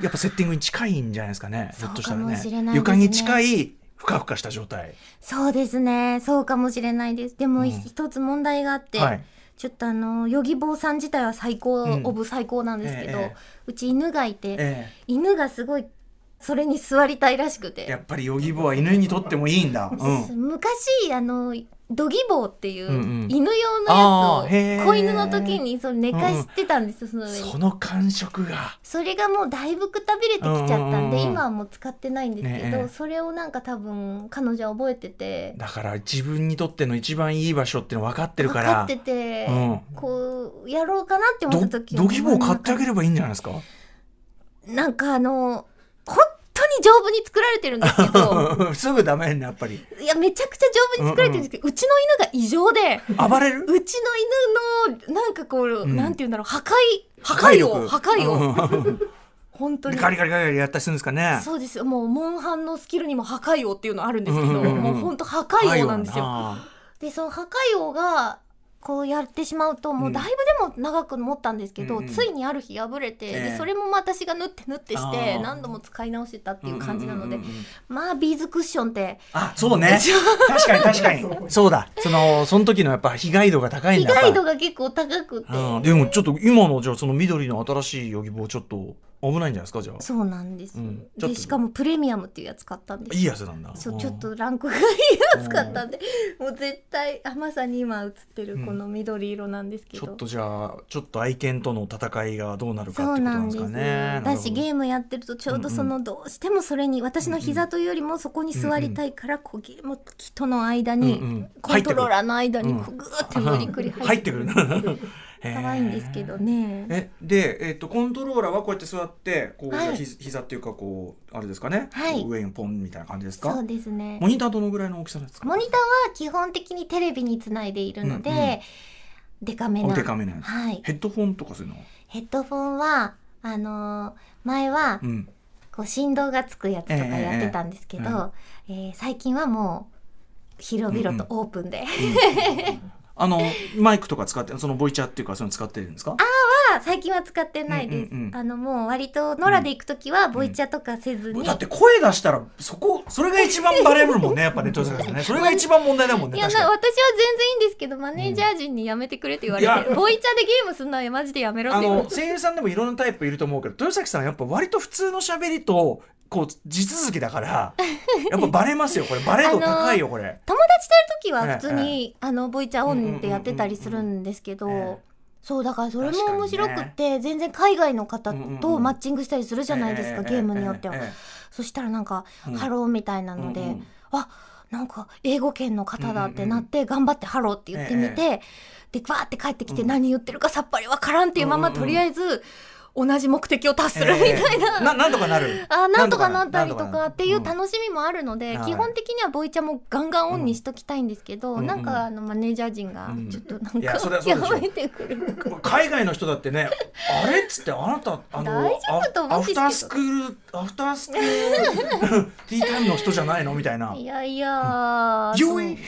[SPEAKER 6] やっぱセッティングに近いんじゃないですかねひ
[SPEAKER 5] そ
[SPEAKER 6] ょ
[SPEAKER 5] う
[SPEAKER 6] っとしたら
[SPEAKER 5] か
[SPEAKER 6] ね
[SPEAKER 5] もしれないですね
[SPEAKER 6] 床に近いふかふかした状態
[SPEAKER 5] そうですねそうかもしれないですで
[SPEAKER 6] う
[SPEAKER 5] も
[SPEAKER 6] ん
[SPEAKER 5] 一つ問題があって、
[SPEAKER 6] はい
[SPEAKER 5] ちょっとあのヨギボーさん自体は最高、
[SPEAKER 6] うん
[SPEAKER 5] オブ最高なんですけど、
[SPEAKER 6] ええ
[SPEAKER 5] うち犬がいて、
[SPEAKER 6] え
[SPEAKER 5] 犬がすごいそれに座りたいらしく
[SPEAKER 6] えや
[SPEAKER 5] て、
[SPEAKER 6] っぱりヨギボーは犬にとってもいいんだ、うん、
[SPEAKER 5] 昔あのドギボーっていう
[SPEAKER 6] うんうん
[SPEAKER 5] 犬用
[SPEAKER 6] あ
[SPEAKER 5] の
[SPEAKER 6] ーへ
[SPEAKER 5] やつ
[SPEAKER 6] ー
[SPEAKER 5] を子犬の時にそれ寝かしてたんですよ、その上に
[SPEAKER 6] その感触が
[SPEAKER 5] それがもうだいぶくたびれてきちゃったんで、
[SPEAKER 6] うんうんうん
[SPEAKER 5] 今はもう使ってないんですけど、
[SPEAKER 6] ねえ
[SPEAKER 5] それをなんか多分彼女は覚えてて
[SPEAKER 6] だから自分にとっての一番いい場所っていうの分かってる
[SPEAKER 5] 分
[SPEAKER 6] か
[SPEAKER 5] からってて、
[SPEAKER 6] うん
[SPEAKER 5] こうやろうかなって思
[SPEAKER 6] ど
[SPEAKER 5] った時
[SPEAKER 6] ドギボー買ってあげ
[SPEAKER 5] る
[SPEAKER 6] ればいいんじゃないですか
[SPEAKER 5] なんかあの本当に丈夫に作られてるんですけど
[SPEAKER 6] すぐダメねやっぱり
[SPEAKER 5] いやめちゃくちゃ丈夫に作られてるんですけど、うちの犬が異常で
[SPEAKER 6] 暴れる
[SPEAKER 5] うちの犬のなんかこう、
[SPEAKER 6] ん
[SPEAKER 5] なんて言うんだろう破壊破壊を破壊を、
[SPEAKER 6] を
[SPEAKER 5] 本当に
[SPEAKER 6] ガリガリガリガリやったりするんですかね
[SPEAKER 5] そうですよもうモンハンのスキルにも破壊王っていうのあるんですけ
[SPEAKER 6] うん
[SPEAKER 5] ど、
[SPEAKER 6] うんうんうん
[SPEAKER 5] もう本当破壊王なんですよ。
[SPEAKER 6] あ
[SPEAKER 5] でその破壊王がこうやってしまうともうだいぶでも長く持ったんですけど、
[SPEAKER 6] うんうん
[SPEAKER 5] ついにある日破れて、
[SPEAKER 6] ええ
[SPEAKER 5] でそれも私が縫って縫ってし
[SPEAKER 6] あ
[SPEAKER 5] て
[SPEAKER 6] ー
[SPEAKER 5] 何度も使い直してたって
[SPEAKER 6] ー
[SPEAKER 5] いう感じなので、
[SPEAKER 6] うんうんうんうん
[SPEAKER 5] まあビーズクッションって
[SPEAKER 6] あそうね確かに確かにそうだそのその時のやっぱ被害度が高いん
[SPEAKER 5] 被
[SPEAKER 6] だ
[SPEAKER 5] 害度
[SPEAKER 6] やっ
[SPEAKER 5] が結構高くて、
[SPEAKER 6] ぱりうんでもちょっと今のじゃあその緑の新しいヨギボーちょっと危ないんじゃないですかじゃあ
[SPEAKER 5] そうなんですよ、
[SPEAKER 6] うんちょっと
[SPEAKER 5] でしかもプレミアムっていうやつ買ったんです
[SPEAKER 6] いいやつなんだ
[SPEAKER 5] そ
[SPEAKER 6] ん
[SPEAKER 5] うちょっとランクがいいやつ買ったんでもう絶対あまさに今映ってるこの緑色なんですけ
[SPEAKER 6] ち
[SPEAKER 5] ど、
[SPEAKER 6] ょっとじゃあちょっと愛犬との戦いがどうなるか
[SPEAKER 5] そ
[SPEAKER 6] っ
[SPEAKER 5] う
[SPEAKER 6] てこと
[SPEAKER 5] な
[SPEAKER 6] なん
[SPEAKER 5] ん
[SPEAKER 6] で
[SPEAKER 5] ですす
[SPEAKER 6] か
[SPEAKER 5] よ
[SPEAKER 6] ね
[SPEAKER 5] だしゲームやってるとちょうどそのどうしてもそれに私の膝というよりもそこに座りたいからこうゲームとの間
[SPEAKER 6] うんうん
[SPEAKER 5] にコントローラーの間に
[SPEAKER 6] うん
[SPEAKER 5] こうグーって無理くり
[SPEAKER 6] 入
[SPEAKER 5] 入
[SPEAKER 6] っ
[SPEAKER 5] ってて
[SPEAKER 6] く
[SPEAKER 5] く
[SPEAKER 6] る
[SPEAKER 5] る可愛いんですけどね
[SPEAKER 6] えで、えっとコントローラーはこうやって座ってこう、
[SPEAKER 5] はい
[SPEAKER 6] ひ膝っていうかこうあれですかね、
[SPEAKER 5] はい
[SPEAKER 6] こう上にポンみたいな感じですか
[SPEAKER 5] そうですね
[SPEAKER 6] モニターどのぐらいの大きさなんですか
[SPEAKER 5] モニターは基本的にテレビにつないでいるの
[SPEAKER 6] うんうん
[SPEAKER 5] でデカめな
[SPEAKER 6] おでかめのやつ
[SPEAKER 5] はい
[SPEAKER 6] ヘッドフォンとかそういうのは
[SPEAKER 5] ヘッドフォンはあのー前は
[SPEAKER 6] うん
[SPEAKER 5] こう振動がつくやつとかやってたんですけど、
[SPEAKER 6] え
[SPEAKER 5] え
[SPEAKER 6] え
[SPEAKER 5] ー
[SPEAKER 6] え
[SPEAKER 5] 最近はもう広々とオープンで、
[SPEAKER 6] あのマイクとか使ってそのボイチャーっていうかそういうの使ってるんですか
[SPEAKER 5] あ最近は使ってないです、
[SPEAKER 6] うんうんうん
[SPEAKER 5] あのもう割と野良で行く時はボイチャとかせずに、
[SPEAKER 6] だって声出したらそこそれが一番バレるもんねや っぱね豊坂さんねそれが一番問題だもん
[SPEAKER 5] い
[SPEAKER 6] ね
[SPEAKER 5] やな
[SPEAKER 6] 確
[SPEAKER 5] 私は
[SPEAKER 6] か
[SPEAKER 5] 全然いいんですけどマネージャー陣にやめてくれって言われ
[SPEAKER 6] い
[SPEAKER 5] て、
[SPEAKER 6] や
[SPEAKER 5] ボイチャでゲームすんのはマジでやめろっ
[SPEAKER 6] にあ
[SPEAKER 5] て言われ
[SPEAKER 6] の
[SPEAKER 5] て
[SPEAKER 6] 声優さんでもいろんなタイプいると思うけど豊崎さんはやっぱ割と普通の喋りとこう地続きだからやっぱバレますよこれバレ度高いよこれ、
[SPEAKER 5] 友達といる時は普通に、あのボイチャオンでやってたりするんですけど、
[SPEAKER 6] うんうんうんうんえ
[SPEAKER 5] そうだからそれも
[SPEAKER 6] 確かにね
[SPEAKER 5] 面白くって、全然海外の方とマッチングしたりするじゃないですか、
[SPEAKER 6] ええ
[SPEAKER 5] ゲームによっては、
[SPEAKER 6] えええ
[SPEAKER 5] そしたらなんか、
[SPEAKER 6] うん
[SPEAKER 5] ハローみたいなので、
[SPEAKER 6] うんうん
[SPEAKER 5] あなんか英語圏の方だってなって、頑張ってハローって言ってみて、でバーって帰ってきて、何言ってるかさっぱりわからんっていうまま、
[SPEAKER 6] うんうんうん
[SPEAKER 5] とりあえず同じ目的を達するみたいな。
[SPEAKER 6] ええな なんとかなる
[SPEAKER 5] あーなんとかなったりとかっていう
[SPEAKER 6] 楽し
[SPEAKER 5] 楽しみもあるので、
[SPEAKER 6] はい
[SPEAKER 5] 基本的にはボイチャもガンガンオンにしときたいんですけど、
[SPEAKER 6] うん
[SPEAKER 5] なんかあのマネージャー陣が
[SPEAKER 6] うん
[SPEAKER 5] ちょっとなん
[SPEAKER 6] いやそれは
[SPEAKER 5] か、
[SPEAKER 6] そうでしょ
[SPEAKER 5] やめてくれる
[SPEAKER 6] 海外の人だってね あれっつってあなたあの
[SPEAKER 5] 大丈夫と思
[SPEAKER 6] ア
[SPEAKER 5] うんです
[SPEAKER 6] フ
[SPEAKER 5] け
[SPEAKER 6] タ
[SPEAKER 5] ど
[SPEAKER 6] ースクールアフタースクールティータイムの人じゃないのみたいない
[SPEAKER 5] やいやー
[SPEAKER 6] よい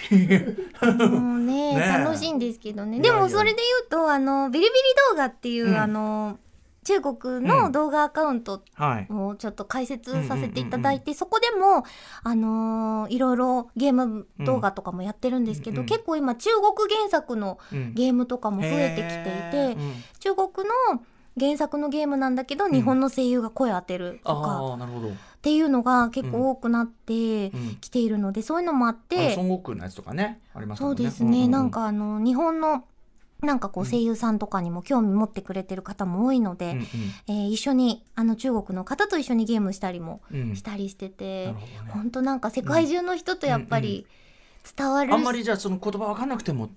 [SPEAKER 5] そうもうね
[SPEAKER 6] ねえ
[SPEAKER 5] 楽しいんですけどね
[SPEAKER 6] いやい
[SPEAKER 5] で
[SPEAKER 6] や
[SPEAKER 5] もそれで言うとあのビリビリ動画っていう、
[SPEAKER 6] うん
[SPEAKER 5] あの中国
[SPEAKER 6] うん
[SPEAKER 5] の動画アカウント
[SPEAKER 6] はい
[SPEAKER 5] をちょっと解説させていただいて、そこでも、あのーいろいろゲーム動画とかもやってるんですけど、
[SPEAKER 6] うん
[SPEAKER 5] 結構今中国原作の
[SPEAKER 6] うん
[SPEAKER 5] ゲームとかも増えてきてい
[SPEAKER 6] へー
[SPEAKER 5] て、
[SPEAKER 6] うん
[SPEAKER 5] 中国の原作のゲームなんだけど、日本の声優が声当てると
[SPEAKER 6] あ
[SPEAKER 5] か
[SPEAKER 6] あなるほど
[SPEAKER 5] っていうのが結構多くなって
[SPEAKER 6] うん
[SPEAKER 5] きているので、そういうのもあっ
[SPEAKER 6] あの
[SPEAKER 5] て、
[SPEAKER 6] 孫悟空のやつとかねありますも
[SPEAKER 5] そ
[SPEAKER 6] ん
[SPEAKER 5] う
[SPEAKER 6] ね
[SPEAKER 5] ですね、なんかあの日本のなんかこう声優さんとかにも興味持ってくれてる方も多いので、
[SPEAKER 6] うん
[SPEAKER 5] えー一緒にあの中国の方と一緒にゲームしたりも
[SPEAKER 6] うんうん
[SPEAKER 5] したりして
[SPEAKER 6] な
[SPEAKER 5] て
[SPEAKER 6] る、ほどね
[SPEAKER 5] 本当なんか世界中の人とやっぱり伝わるし、
[SPEAKER 6] あんまりじゃあその言葉わかんなくても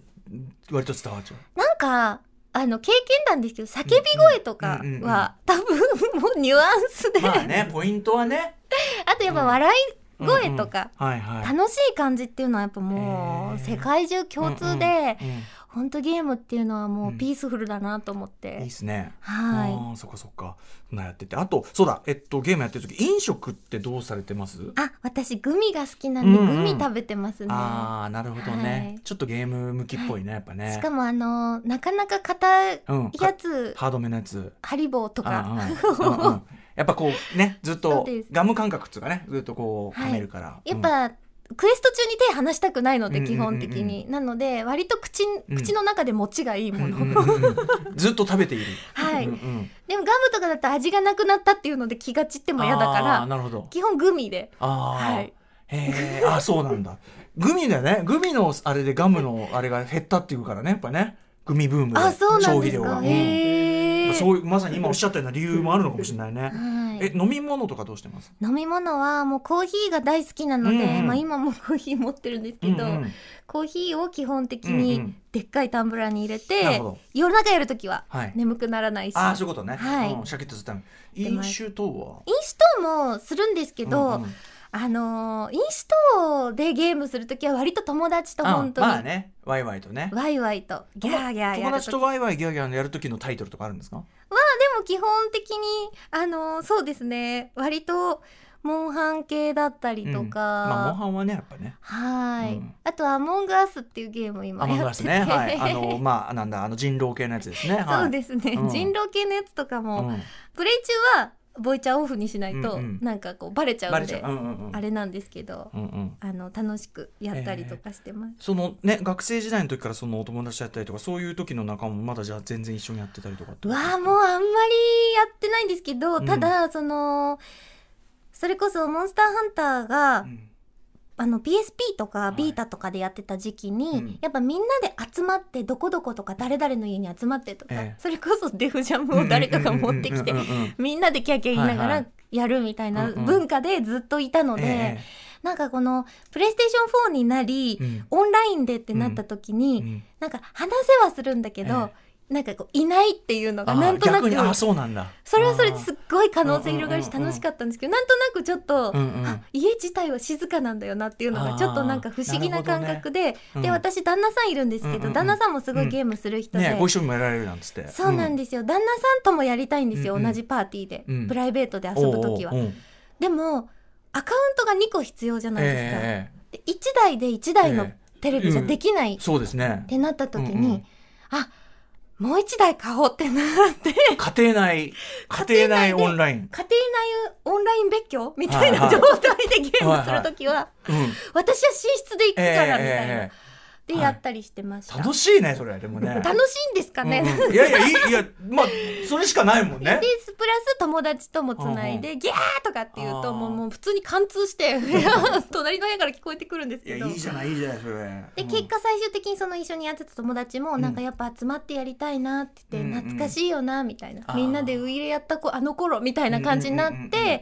[SPEAKER 6] 割と伝わっちゃう。
[SPEAKER 5] なんかあの経験談ですけど叫び声とか
[SPEAKER 6] うんうんうんうん
[SPEAKER 5] は多分もうニュアンスで、
[SPEAKER 6] まあね、ポイントはね。
[SPEAKER 5] あとやっぱ笑い声とか、
[SPEAKER 6] うんうん。はいはい。
[SPEAKER 5] 楽しい感じっていうのはやっぱもう
[SPEAKER 6] へー
[SPEAKER 5] 世界中共通で、
[SPEAKER 6] うん
[SPEAKER 5] ほんとゲームっていうのはもうんうピースフルだなと思っ
[SPEAKER 6] いい
[SPEAKER 5] て
[SPEAKER 6] で、すね。
[SPEAKER 5] はい
[SPEAKER 6] あーそっかそっか。そんなやってて、あとそうだ、えっとゲームやってる時飲食ってどうされてます？
[SPEAKER 5] あ私グミが好きなんで
[SPEAKER 6] う
[SPEAKER 5] グ
[SPEAKER 6] んうん
[SPEAKER 5] ミ食べてますね、
[SPEAKER 6] ああなるほどね、
[SPEAKER 5] はい
[SPEAKER 6] ちょっとゲーム向きっぽいねやっぱね。
[SPEAKER 5] しかもあのなかなか硬い
[SPEAKER 6] うん。
[SPEAKER 5] やつ
[SPEAKER 6] ハードめのやつ。
[SPEAKER 5] ハリボーとか
[SPEAKER 6] うんうんう んうんやっぱこうねずっ
[SPEAKER 5] そう
[SPEAKER 6] と
[SPEAKER 5] です
[SPEAKER 6] ガム感覚っつうかねずっとこう
[SPEAKER 5] はい
[SPEAKER 6] 噛めるから、
[SPEAKER 5] やっ
[SPEAKER 6] うん
[SPEAKER 5] ぱ、クエスト中に手離したくないので、
[SPEAKER 6] うんうんうん
[SPEAKER 5] 基本的に、なので割と口
[SPEAKER 6] うん
[SPEAKER 5] 口の中で持ちがいいもの、
[SPEAKER 6] うんうんうんずっと食べている。
[SPEAKER 5] はい
[SPEAKER 6] うんうん
[SPEAKER 5] でもガムとかだと味がなくなったっていうので気が散っても嫌だか
[SPEAKER 6] あー
[SPEAKER 5] ら
[SPEAKER 6] なるほど。
[SPEAKER 5] 基本グミで
[SPEAKER 6] ああ、
[SPEAKER 5] はい
[SPEAKER 6] へえ、あそうなんだ。グミだよね。グミのあれでガムのあれが減ったっていうからね、やっぱね。グミブームで
[SPEAKER 5] あそうなん
[SPEAKER 6] 消
[SPEAKER 5] で
[SPEAKER 6] 費
[SPEAKER 5] す
[SPEAKER 6] 量
[SPEAKER 5] か
[SPEAKER 6] が。
[SPEAKER 5] へ
[SPEAKER 6] う
[SPEAKER 5] え
[SPEAKER 6] んそういうまさに今おっしゃったような理由もあるのかもしれないね。
[SPEAKER 5] はい
[SPEAKER 6] え飲み物とかどうしてます？
[SPEAKER 5] 飲み物はもうコーヒーが大好きなので、
[SPEAKER 6] うんうん
[SPEAKER 5] まあ、今もコーヒー持ってるんですけど、
[SPEAKER 6] うんうん
[SPEAKER 5] コーヒーを基本的
[SPEAKER 6] うんう
[SPEAKER 5] に
[SPEAKER 6] ん
[SPEAKER 5] でっかいタンブラーに入れ
[SPEAKER 6] なる
[SPEAKER 5] て、
[SPEAKER 6] ほど
[SPEAKER 5] 夜中やるときは
[SPEAKER 6] はい。
[SPEAKER 5] 眠くならないし、
[SPEAKER 6] ああそういうことね。
[SPEAKER 5] はい
[SPEAKER 6] うんシャキッとするために。
[SPEAKER 5] ってま
[SPEAKER 6] 飲
[SPEAKER 5] す
[SPEAKER 6] 酒等は。
[SPEAKER 5] 飲酒等もするんですけど、
[SPEAKER 6] うんうん
[SPEAKER 5] あのー飲酒等でゲームするときは割と友達と本当
[SPEAKER 6] あ
[SPEAKER 5] に、
[SPEAKER 6] まあね、ワイワイとね。
[SPEAKER 5] ワイワイとギャーギャーや
[SPEAKER 6] 友
[SPEAKER 5] ると
[SPEAKER 6] 達
[SPEAKER 5] き
[SPEAKER 6] とワイワイギャーギャーやる時のタイトルとかあるんですか？
[SPEAKER 5] でも基本的にあのーそうですね割とモンハン系だったりとか、
[SPEAKER 6] うんまあモンハンはねやっぱね。
[SPEAKER 5] はい、
[SPEAKER 6] うん
[SPEAKER 5] あと「アモングアス」っていうゲームを今
[SPEAKER 6] アマン
[SPEAKER 5] や
[SPEAKER 6] ガ
[SPEAKER 5] っ
[SPEAKER 6] ス
[SPEAKER 5] てて、
[SPEAKER 6] ね。はい。あのまあなんだあの人狼系のやつですね。はい
[SPEAKER 5] そうですね、
[SPEAKER 6] うん
[SPEAKER 5] 人狼系のやつとかも、
[SPEAKER 6] うん
[SPEAKER 5] プレイ中はボイチャーオフにしないと、
[SPEAKER 6] うんうん
[SPEAKER 5] なんかこうバレちゃう
[SPEAKER 6] バ
[SPEAKER 5] ん
[SPEAKER 6] レち
[SPEAKER 5] で
[SPEAKER 6] ゃう。うんうんうん
[SPEAKER 5] あれなんですけど、
[SPEAKER 6] うんうん
[SPEAKER 5] あの楽しくやったりとかしてます、
[SPEAKER 6] そのね学生時代の時からそのお友達だったりとかそういう時の仲もまだじゃあ全然一緒にやってたりとかってこと
[SPEAKER 5] わあもうあんまりやってないんですけど、
[SPEAKER 6] うん
[SPEAKER 5] ただそのそれこそ「モンスターハンターが」
[SPEAKER 6] うん
[SPEAKER 5] あの PSP と
[SPEAKER 6] は
[SPEAKER 5] か
[SPEAKER 6] い
[SPEAKER 5] ビータとかでやってた時期に、
[SPEAKER 6] うん
[SPEAKER 5] やっぱみんなで集まってどこどことか誰々の家に集まってとか、
[SPEAKER 6] ええ
[SPEAKER 5] それこそデフジャムを誰かが持ってきて
[SPEAKER 6] うんうんうんうんうん
[SPEAKER 5] みんなでキャーキャー言いなが
[SPEAKER 6] はいは
[SPEAKER 5] らやるみたいな
[SPEAKER 6] うんうん
[SPEAKER 5] 文化でずっといたので、
[SPEAKER 6] え
[SPEAKER 5] なんかこのプレイステーション4になり、
[SPEAKER 6] えうん
[SPEAKER 5] オンラインでってなった時に、
[SPEAKER 6] うん
[SPEAKER 5] なんか話せはするんだけど
[SPEAKER 6] え、
[SPEAKER 5] なんかこういないっていうの
[SPEAKER 6] あ
[SPEAKER 5] がなんとな
[SPEAKER 6] 逆
[SPEAKER 5] く
[SPEAKER 6] にあそうなんだ
[SPEAKER 5] それはそれ
[SPEAKER 6] あ
[SPEAKER 5] で
[SPEAKER 6] ー
[SPEAKER 5] すっごい可能性広がる
[SPEAKER 6] う
[SPEAKER 5] し
[SPEAKER 6] んうんうんうん
[SPEAKER 5] 楽しかったんですけどなんとなくちょっと、
[SPEAKER 6] うんうん
[SPEAKER 5] あ家自体は静かなんだよなっていうの
[SPEAKER 6] あ
[SPEAKER 5] が
[SPEAKER 6] ー
[SPEAKER 5] ちょっとなんか不思議な感覚で、
[SPEAKER 6] うん
[SPEAKER 5] で私旦那さんいるんですけど、
[SPEAKER 6] うんうんうん
[SPEAKER 5] 旦那さんもすごいゲームする人で、
[SPEAKER 6] ねご一緒にもやられるなんつって
[SPEAKER 5] そうなん
[SPEAKER 6] で
[SPEAKER 5] ですよ、旦那さんともやりたいんですよ、
[SPEAKER 6] うんうん
[SPEAKER 5] 同じパーティーで、
[SPEAKER 6] うん
[SPEAKER 5] プライベートで遊ぶ時は。でもアカウントが2個必要じゃないですか、
[SPEAKER 6] ええ
[SPEAKER 5] で1台で1台の
[SPEAKER 6] え
[SPEAKER 5] テレビじゃできないっ
[SPEAKER 6] そうですね
[SPEAKER 5] てなった時に、
[SPEAKER 6] うんうん
[SPEAKER 5] あもう1台買おうってなって
[SPEAKER 6] 家庭内家庭内オンライン
[SPEAKER 5] 家庭内オンライン別居みたいな状態でゲームするときは、
[SPEAKER 6] うん
[SPEAKER 5] 私は寝室で行くか
[SPEAKER 6] ええ
[SPEAKER 5] らみたいな、
[SPEAKER 6] え
[SPEAKER 5] でやったりしてました、
[SPEAKER 6] え楽しいねそれでもね
[SPEAKER 5] 楽しいんですかね、
[SPEAKER 6] うんうんいやいやいいいやまあそれしかないもんね
[SPEAKER 5] でプラス友達ともつないで、ギャーとかっていう
[SPEAKER 6] あー
[SPEAKER 5] ともうもう普通に貫通して 隣の部屋から聞こえてくるんです
[SPEAKER 6] い
[SPEAKER 5] け
[SPEAKER 6] や
[SPEAKER 5] ど
[SPEAKER 6] いいじゃないいいじゃないそれ
[SPEAKER 5] で結果最終的にその一緒にやってた友達も
[SPEAKER 6] ん
[SPEAKER 5] なんかやっぱ集まってやりたいなって言って、
[SPEAKER 6] うんうん
[SPEAKER 5] 懐かしいよなみたいな、
[SPEAKER 6] あー
[SPEAKER 5] みんなでウイイレやった子あの頃みたいな感じになって、
[SPEAKER 6] うんうんうんうん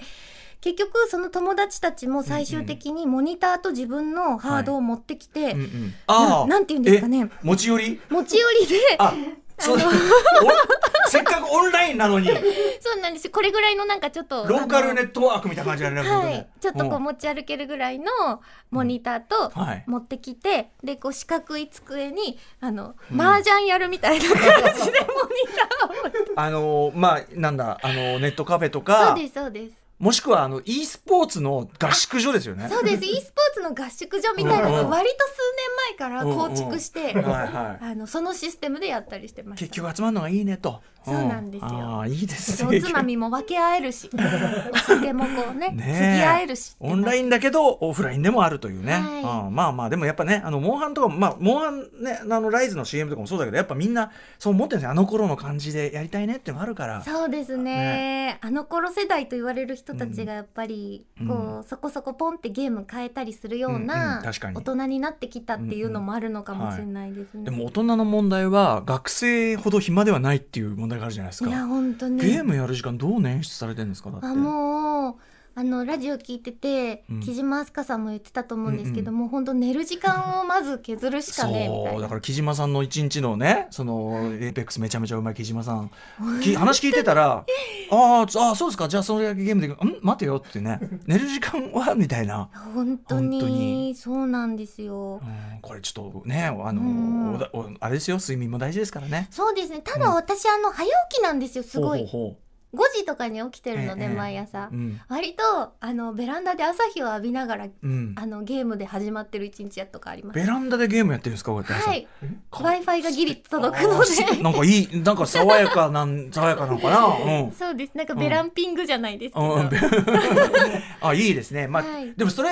[SPEAKER 5] 結局その友達たちも最終的にモニターと自分のハードを持ってきて、
[SPEAKER 6] うんうん
[SPEAKER 5] な
[SPEAKER 6] ああ
[SPEAKER 5] なんて言うんですかね
[SPEAKER 6] 持ち寄り
[SPEAKER 5] 持ち寄りで
[SPEAKER 6] あそうおせっかくオンラインなのに
[SPEAKER 5] そうなんですよこれぐらいのなんかちょっと
[SPEAKER 6] ローカルネ
[SPEAKER 5] あの
[SPEAKER 6] ットワークみたいな感じやね
[SPEAKER 5] はいちょっとこう
[SPEAKER 6] う
[SPEAKER 5] 持ち歩けるぐらいのモニターと
[SPEAKER 6] うんはい
[SPEAKER 5] 持ってきて、でこう四角い机にあの、麻雀やるみたいな感じでモニターを置いて
[SPEAKER 6] あのーまあなんだあのーネットカフェと
[SPEAKER 5] そう
[SPEAKER 6] か
[SPEAKER 5] ですそうです
[SPEAKER 6] もしくはあの e スポーツの合宿所ですよね
[SPEAKER 5] そうです e スポーツの合宿所みたいなのが割と数年前から構築して、
[SPEAKER 6] はいはい
[SPEAKER 5] あのそのシステムでやったりしてまし
[SPEAKER 6] 結
[SPEAKER 5] た
[SPEAKER 6] 局集まるのがいいねと
[SPEAKER 5] そうなんですよ
[SPEAKER 6] ああいいです
[SPEAKER 5] お
[SPEAKER 6] ね
[SPEAKER 5] つまみも分け合えるしお酒もこうね
[SPEAKER 6] ね
[SPEAKER 5] 付
[SPEAKER 6] え
[SPEAKER 5] き合えるし
[SPEAKER 6] オンラ
[SPEAKER 5] ン
[SPEAKER 6] インだけどオフラインでもあるというね、
[SPEAKER 5] はい
[SPEAKER 6] うんまあまあでもやっぱねあのモンハンとかもまあモンハンねあのライズの CM とかもそうだけどやっぱみんなそう思ってるんですよあの頃の感じでやりたいねっていうのがあるから
[SPEAKER 5] そうですねあの頃世代と言われる人たちがやっぱり、
[SPEAKER 6] うん
[SPEAKER 5] こうそこそこポンってゲーム変えたりすするよう
[SPEAKER 6] うんうん
[SPEAKER 5] な
[SPEAKER 6] 確かに
[SPEAKER 5] 大人になってきたっていうのもあるのかもしれないですね。
[SPEAKER 6] でも大人の問題は学生ほど暇ではないっていう問題があるじゃないです
[SPEAKER 5] いや
[SPEAKER 6] か。
[SPEAKER 5] 本当に
[SPEAKER 6] ゲームやる時間どう捻出されてるんですかだって。
[SPEAKER 5] あもうあのラジオ聞いてて、
[SPEAKER 6] うん
[SPEAKER 5] 木島明日香さんも言ってたと思うんですけど、もう本当寝る時間をまず削るしかねえみたい
[SPEAKER 6] そう
[SPEAKER 5] な
[SPEAKER 6] だから木島さんの一日のねそのエイペックスめちゃめちゃうまい木島 さんき話聞いてたら「あーつあーそうですかじゃあそれだけゲームでん待てよ」ってね「寝る時間は?」みたいな。
[SPEAKER 5] 本当に
[SPEAKER 6] 本当に
[SPEAKER 5] そうなんですよ、
[SPEAKER 6] うんこれちょっとねあの、
[SPEAKER 5] うん
[SPEAKER 6] おだおあれですよ睡眠も大事ですからね。
[SPEAKER 5] そうですねただ
[SPEAKER 6] うん
[SPEAKER 5] 私、あの早起きなんですよすごい
[SPEAKER 6] ほうほ
[SPEAKER 5] 5時とかに起きてるので、
[SPEAKER 6] ええ
[SPEAKER 5] 毎朝
[SPEAKER 6] うほ、ううん
[SPEAKER 5] 割とあのベランダで朝日を浴びながら
[SPEAKER 6] うん、
[SPEAKER 5] あのゲームで始まってる一日やとかあります
[SPEAKER 6] ベランダでゲームやってるんですかこうやって朝
[SPEAKER 5] はい w
[SPEAKER 6] か
[SPEAKER 5] i f i がギリ届くので
[SPEAKER 6] なんかいいなんか爽やかなん爽やかなのかな。うん
[SPEAKER 5] そうですなんかベランピングじゃないですけど、
[SPEAKER 6] うん、 あいいですね、まあ
[SPEAKER 5] はい
[SPEAKER 6] でもそれ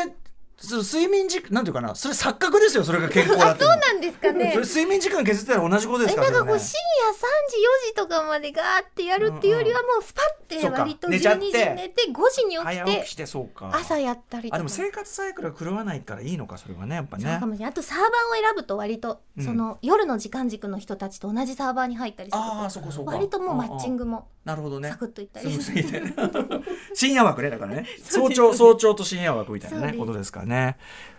[SPEAKER 6] その睡眠時間なんていうかなそれ錯覚ですよそれが健康だっていうの
[SPEAKER 5] なんですかね
[SPEAKER 6] それ睡眠時間削ってたら同じことです
[SPEAKER 5] え
[SPEAKER 6] から
[SPEAKER 5] な
[SPEAKER 6] ね
[SPEAKER 5] んかこう深夜3時4時とかまでガーってやるっていうよりはもうスパッて
[SPEAKER 6] そうか
[SPEAKER 5] 割と12
[SPEAKER 6] 寝ちゃっ
[SPEAKER 5] 時
[SPEAKER 6] て
[SPEAKER 5] に寝て5時に
[SPEAKER 6] 早
[SPEAKER 5] 起
[SPEAKER 6] 起
[SPEAKER 5] き
[SPEAKER 6] きしててそうか
[SPEAKER 5] 朝やったりとか
[SPEAKER 6] あでも生活サイクルは狂わないからいいのかそれはねやっぱ
[SPEAKER 5] そう
[SPEAKER 6] ね
[SPEAKER 5] かもしれないあとサーバーを選ぶと割と
[SPEAKER 6] うん
[SPEAKER 5] その夜の時間軸の人たちと同じサーバーに入ったりする
[SPEAKER 6] ああ
[SPEAKER 5] と
[SPEAKER 6] そこそこ
[SPEAKER 5] 割ともうマッチン
[SPEAKER 6] グ
[SPEAKER 5] グも
[SPEAKER 6] なるほどね
[SPEAKER 5] サクッといった
[SPEAKER 6] そ
[SPEAKER 5] り
[SPEAKER 6] う
[SPEAKER 5] す
[SPEAKER 6] そう
[SPEAKER 5] る
[SPEAKER 6] みたいな深夜枠ねだから ね早朝早朝と深夜枠みたい
[SPEAKER 5] そ
[SPEAKER 6] な
[SPEAKER 5] う
[SPEAKER 6] ね
[SPEAKER 5] です
[SPEAKER 6] ことですからね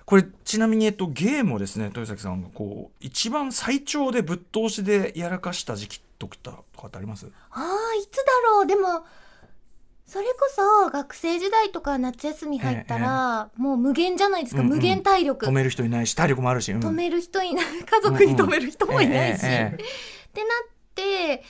[SPEAKER 6] これちなみにえっとゲームをですね豊崎さんがこう一番最長でぶっ通しでやらかした時期とかってあります
[SPEAKER 5] ああいつだろうでもそれこそ学生時代とか夏休み入ったらもう無限じゃないですか、
[SPEAKER 6] うんうん
[SPEAKER 5] 無限体力
[SPEAKER 6] 止める人いないし体力もあるし、うん
[SPEAKER 5] 止める人いない家族に止める人もいないし、
[SPEAKER 6] ええええええ
[SPEAKER 5] ってなって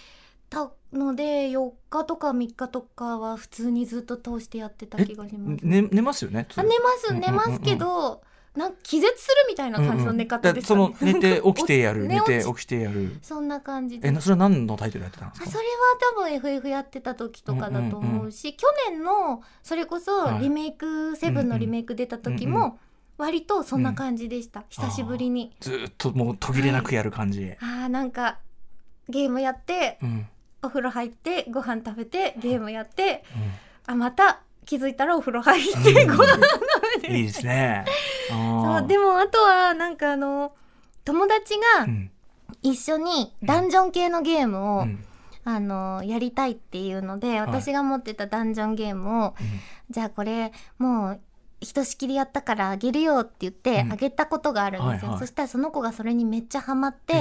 [SPEAKER 5] たので4日とか3日とかは普通にずっと通してやってた気がします。
[SPEAKER 6] ね寝ますよね
[SPEAKER 5] あ寝ます
[SPEAKER 6] うんうんうん
[SPEAKER 5] 寝
[SPEAKER 6] うん
[SPEAKER 5] ますけど、なんか気絶するみたいな感じの寝方ですか
[SPEAKER 6] うんう
[SPEAKER 5] ね
[SPEAKER 6] んだからその寝て起きてやる
[SPEAKER 5] 寝
[SPEAKER 6] 寝
[SPEAKER 5] 落ち
[SPEAKER 6] て起きてや る
[SPEAKER 5] そんな感じで
[SPEAKER 6] え
[SPEAKER 5] あ
[SPEAKER 6] なそれは何のタイトルやってたんです
[SPEAKER 5] そ
[SPEAKER 6] か
[SPEAKER 5] れは多分 FF やってた時とかだと思うし、去年のそれこ
[SPEAKER 6] は
[SPEAKER 5] そ
[SPEAKER 6] い
[SPEAKER 5] リメイク「セブンのリメイク出た時
[SPEAKER 6] うん
[SPEAKER 5] も割とそんな感じでした、久しぶりに
[SPEAKER 6] ずーっともう途切れなくやる感じ、
[SPEAKER 5] あーなんかゲームやって
[SPEAKER 6] うん
[SPEAKER 5] お風呂入ってご飯食べてゲームやってあまた気づいたらお風呂入って
[SPEAKER 6] う
[SPEAKER 5] ご 飯
[SPEAKER 6] ん
[SPEAKER 5] 食べ
[SPEAKER 6] いい
[SPEAKER 5] て
[SPEAKER 6] ですねあ
[SPEAKER 5] そう
[SPEAKER 6] ー
[SPEAKER 5] でもあとはなんかあの友達
[SPEAKER 6] う
[SPEAKER 5] が
[SPEAKER 6] ん
[SPEAKER 5] 一緒にダンジョン系のゲームを、
[SPEAKER 6] うん
[SPEAKER 5] あのやりたいっていうので私が持ってたダンジョンゲームを、じゃあこれもうひとしきりやったからあげるよって言って
[SPEAKER 6] うん
[SPEAKER 5] あげたことがあるんですよ、
[SPEAKER 6] はいはい
[SPEAKER 5] そしたらその子がそれにめっちゃハマって、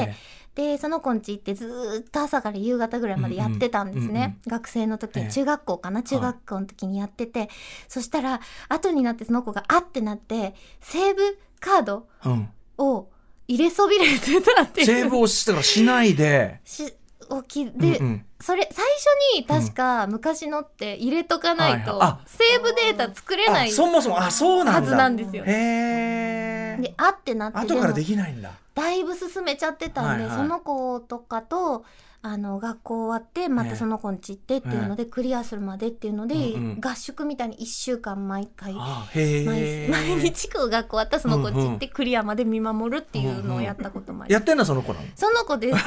[SPEAKER 6] え
[SPEAKER 5] でその子ん家行ってずーっと朝から夕方ぐらいまでやってたんですね、
[SPEAKER 6] うんうんうん
[SPEAKER 5] 学生の時、
[SPEAKER 6] ええ
[SPEAKER 5] 中学校かな中学校の時にやってて、そしたら後になってその子があってなってセーブカード
[SPEAKER 6] えうん、
[SPEAKER 5] を入れそびれてたっていう
[SPEAKER 6] セーブをしたらしないで
[SPEAKER 5] しをきで、
[SPEAKER 6] うんうん
[SPEAKER 5] それ最初に確か昔のって入れとかない
[SPEAKER 6] は
[SPEAKER 5] と、
[SPEAKER 6] いはいあ
[SPEAKER 5] セーブデータ作れな
[SPEAKER 6] あ
[SPEAKER 5] い
[SPEAKER 6] そもそもあそうな
[SPEAKER 5] は
[SPEAKER 6] ん
[SPEAKER 5] ず
[SPEAKER 6] だ
[SPEAKER 5] なんですよ。
[SPEAKER 6] へ
[SPEAKER 5] で
[SPEAKER 6] え
[SPEAKER 5] あってなって
[SPEAKER 6] 後から
[SPEAKER 5] で
[SPEAKER 6] で
[SPEAKER 5] も
[SPEAKER 6] きないんだ
[SPEAKER 5] だいぶ進めちゃってたんで、
[SPEAKER 6] はいはい
[SPEAKER 5] その子とかとあの学校終わってまたその子ん家行ってっていうので、クリアするまでっていうので、
[SPEAKER 6] うんうん
[SPEAKER 5] 合宿みたいに1週間毎回 毎
[SPEAKER 6] あへえ
[SPEAKER 5] 毎日こう学校終わったらその子ん家行ってクリアまで見守るっていうのをやったこともあり
[SPEAKER 6] や
[SPEAKER 5] ま
[SPEAKER 6] っ
[SPEAKER 5] す。
[SPEAKER 6] てんだその子なの
[SPEAKER 5] その子です。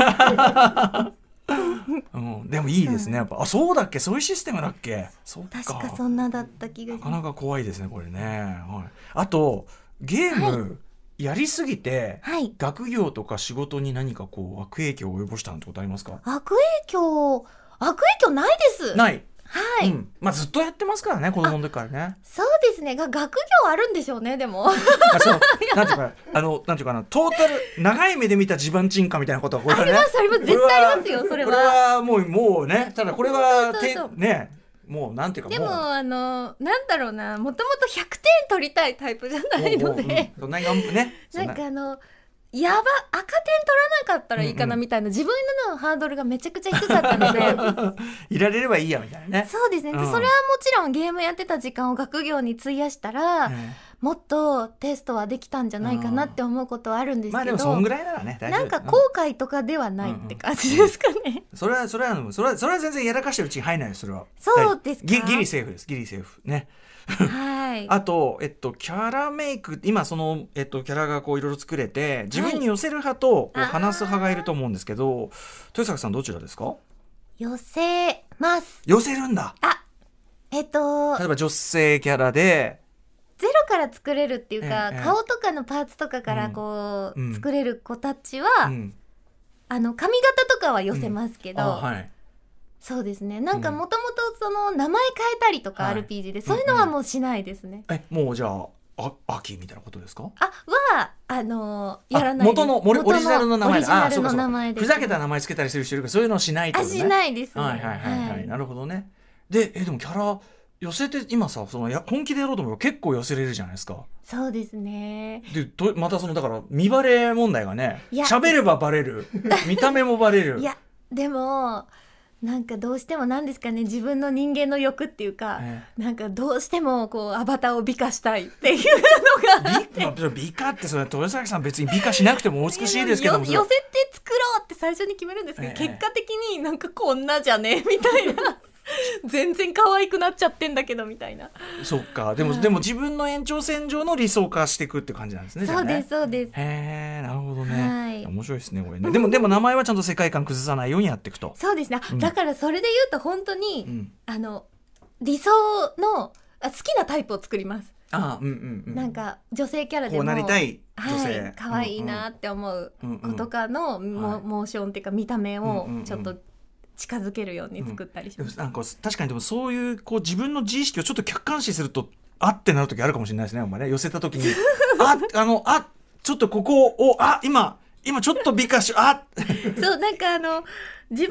[SPEAKER 6] うん、でもいいですね、やっぱあそうだっけそういうシステムだっけそうか
[SPEAKER 5] 確かそんなだった気が
[SPEAKER 6] な
[SPEAKER 5] し
[SPEAKER 6] か
[SPEAKER 5] ます。
[SPEAKER 6] なか怖いですねこれね、はい、あとゲームやりすぎて、
[SPEAKER 5] はい。
[SPEAKER 6] 学業とか仕事に何かこう悪影響を及ぼしたなんてことありますか
[SPEAKER 5] 悪影響、悪影響ないです。
[SPEAKER 6] ない、
[SPEAKER 5] はい、
[SPEAKER 6] うんまあ、ずっとやってますからね子供の時からね
[SPEAKER 5] そうですね。が学業あるんでしょうね。でも
[SPEAKER 6] あ そうなんていうかあのなんていうかなトータル長い目で見た地盤沈下みたいなことはこれはね
[SPEAKER 5] それも絶対ありますよ。それ
[SPEAKER 6] これ
[SPEAKER 5] は。
[SPEAKER 6] はもうもうねただこれ
[SPEAKER 5] そう
[SPEAKER 6] は
[SPEAKER 5] そうそう
[SPEAKER 6] てねもうなんていうか
[SPEAKER 5] で
[SPEAKER 6] も
[SPEAKER 5] も
[SPEAKER 6] う
[SPEAKER 5] あのなんだろうな。もともと100点取りたいタイプじゃないので、
[SPEAKER 6] うんうんそんなに頑張ねそ
[SPEAKER 5] なんかあの。やば赤点取らなかったらいいかなみたいな、自分のハードルがめちゃくちゃ低かったので
[SPEAKER 6] いられればいいやみたいなね。
[SPEAKER 5] そうですね、で
[SPEAKER 6] うん
[SPEAKER 5] それはもちろんゲームやってた時間を学業に費やしたら、もっとテストはできたんじゃないかなって思うことはあるんですけど、
[SPEAKER 6] まあでもそんぐらいならね大丈
[SPEAKER 5] な
[SPEAKER 6] 夫
[SPEAKER 5] んか後悔とかではないって感じですかね、
[SPEAKER 6] うんそれはそれはそれはそれは全然やらかしてるうちに入んないよそれは
[SPEAKER 5] そうですか
[SPEAKER 6] ギギリセーフですギリセーフね
[SPEAKER 5] はい
[SPEAKER 6] あとえっとキャラメイク今そのえっとキャラがこういろいろ作れて自分に寄せる派とこう
[SPEAKER 5] あー
[SPEAKER 6] 話す派がいると思うんですけど、豊坂さんどちらですか
[SPEAKER 5] 寄せます。
[SPEAKER 6] 寄せるんだ
[SPEAKER 5] えっと、
[SPEAKER 6] 例えば女性キャラで
[SPEAKER 5] ゼロから作れるっていうか、
[SPEAKER 6] ええ
[SPEAKER 5] 顔とかのパーツとかからこう、
[SPEAKER 6] うん
[SPEAKER 5] 作れる子たちは、
[SPEAKER 6] うん
[SPEAKER 5] あの髪型とかは寄せますけど、
[SPEAKER 6] あはい
[SPEAKER 5] そうですねなんか
[SPEAKER 6] うん
[SPEAKER 5] もともとその名前変えたりとか
[SPEAKER 6] はい
[SPEAKER 5] RPG で、そういうのはもうしないですね。
[SPEAKER 6] えもうじゃああ秋みたいなことですか
[SPEAKER 5] あはあのー
[SPEAKER 6] あ
[SPEAKER 5] やらないです
[SPEAKER 6] 元のオリオリジナルの名前
[SPEAKER 5] オリジナル
[SPEAKER 6] あ
[SPEAKER 5] の
[SPEAKER 6] そうかそう
[SPEAKER 5] 名
[SPEAKER 6] か
[SPEAKER 5] 前で
[SPEAKER 6] ふざけた名前つけたりする人いるからそういうのをしないって
[SPEAKER 5] あ
[SPEAKER 6] ことね
[SPEAKER 5] しないですね
[SPEAKER 6] はいはいはいはい、なるほどねでえでもキャラ寄せて今さそのや本気でやろうと思えば結構寄せれるじゃないですか
[SPEAKER 5] そうですね
[SPEAKER 6] でどまたそのだから見バレ問題がね
[SPEAKER 5] いや
[SPEAKER 6] 喋ればバレ る見た目もバレる
[SPEAKER 5] いやでもなんかどうしてもなんですかね自分の人間の欲っていうか、
[SPEAKER 6] え
[SPEAKER 5] なんかどうしてもこうアバターを美化したいっていうのが
[SPEAKER 6] 美まあ美化ってそれ豊崎さん別に美化しなくてもお美しいですけども
[SPEAKER 5] よ
[SPEAKER 6] それ
[SPEAKER 5] 寄せて作ろうって最初に決めるんですけど、
[SPEAKER 6] ええ
[SPEAKER 5] 結果的になんかこんなじゃねえみたい な全然可愛くなっちゃってんだけどみたいな
[SPEAKER 6] そっかでも、でも自分の延長線上の理想化していくって感じなんですねじゃ
[SPEAKER 5] そ
[SPEAKER 6] あ
[SPEAKER 5] う
[SPEAKER 6] ね
[SPEAKER 5] ですそうです
[SPEAKER 6] へえなるほどね、
[SPEAKER 5] はい
[SPEAKER 6] 面白いですねこれねでもでも名前はちゃんと世界観崩さないようにやっていくと、
[SPEAKER 5] そうですね、あ
[SPEAKER 6] うん
[SPEAKER 5] だからそれで言うと本当に、
[SPEAKER 6] うん、
[SPEAKER 5] あの理想のあ好きなタイプを作ります、
[SPEAKER 6] ああうんうんうん
[SPEAKER 5] なんか女性キャラで
[SPEAKER 6] こ
[SPEAKER 5] も
[SPEAKER 6] うなりたい女性、
[SPEAKER 5] はい可愛いなって思う
[SPEAKER 6] うんうん
[SPEAKER 5] 子とかの、
[SPEAKER 6] はい
[SPEAKER 5] モモーションっていうか見た目を
[SPEAKER 6] うんうんうん
[SPEAKER 5] ちょっと近づけるように作ったりし
[SPEAKER 6] で
[SPEAKER 5] ま
[SPEAKER 6] も
[SPEAKER 5] す、
[SPEAKER 6] なんか確かにでもそういうこう自分の自意識をちょっと客観視するとあってなる時あるかもしれないですねお前ね寄せた 時にああのあちょっとここをあ今今ちょっと美化しあ
[SPEAKER 5] そうなんかあの自分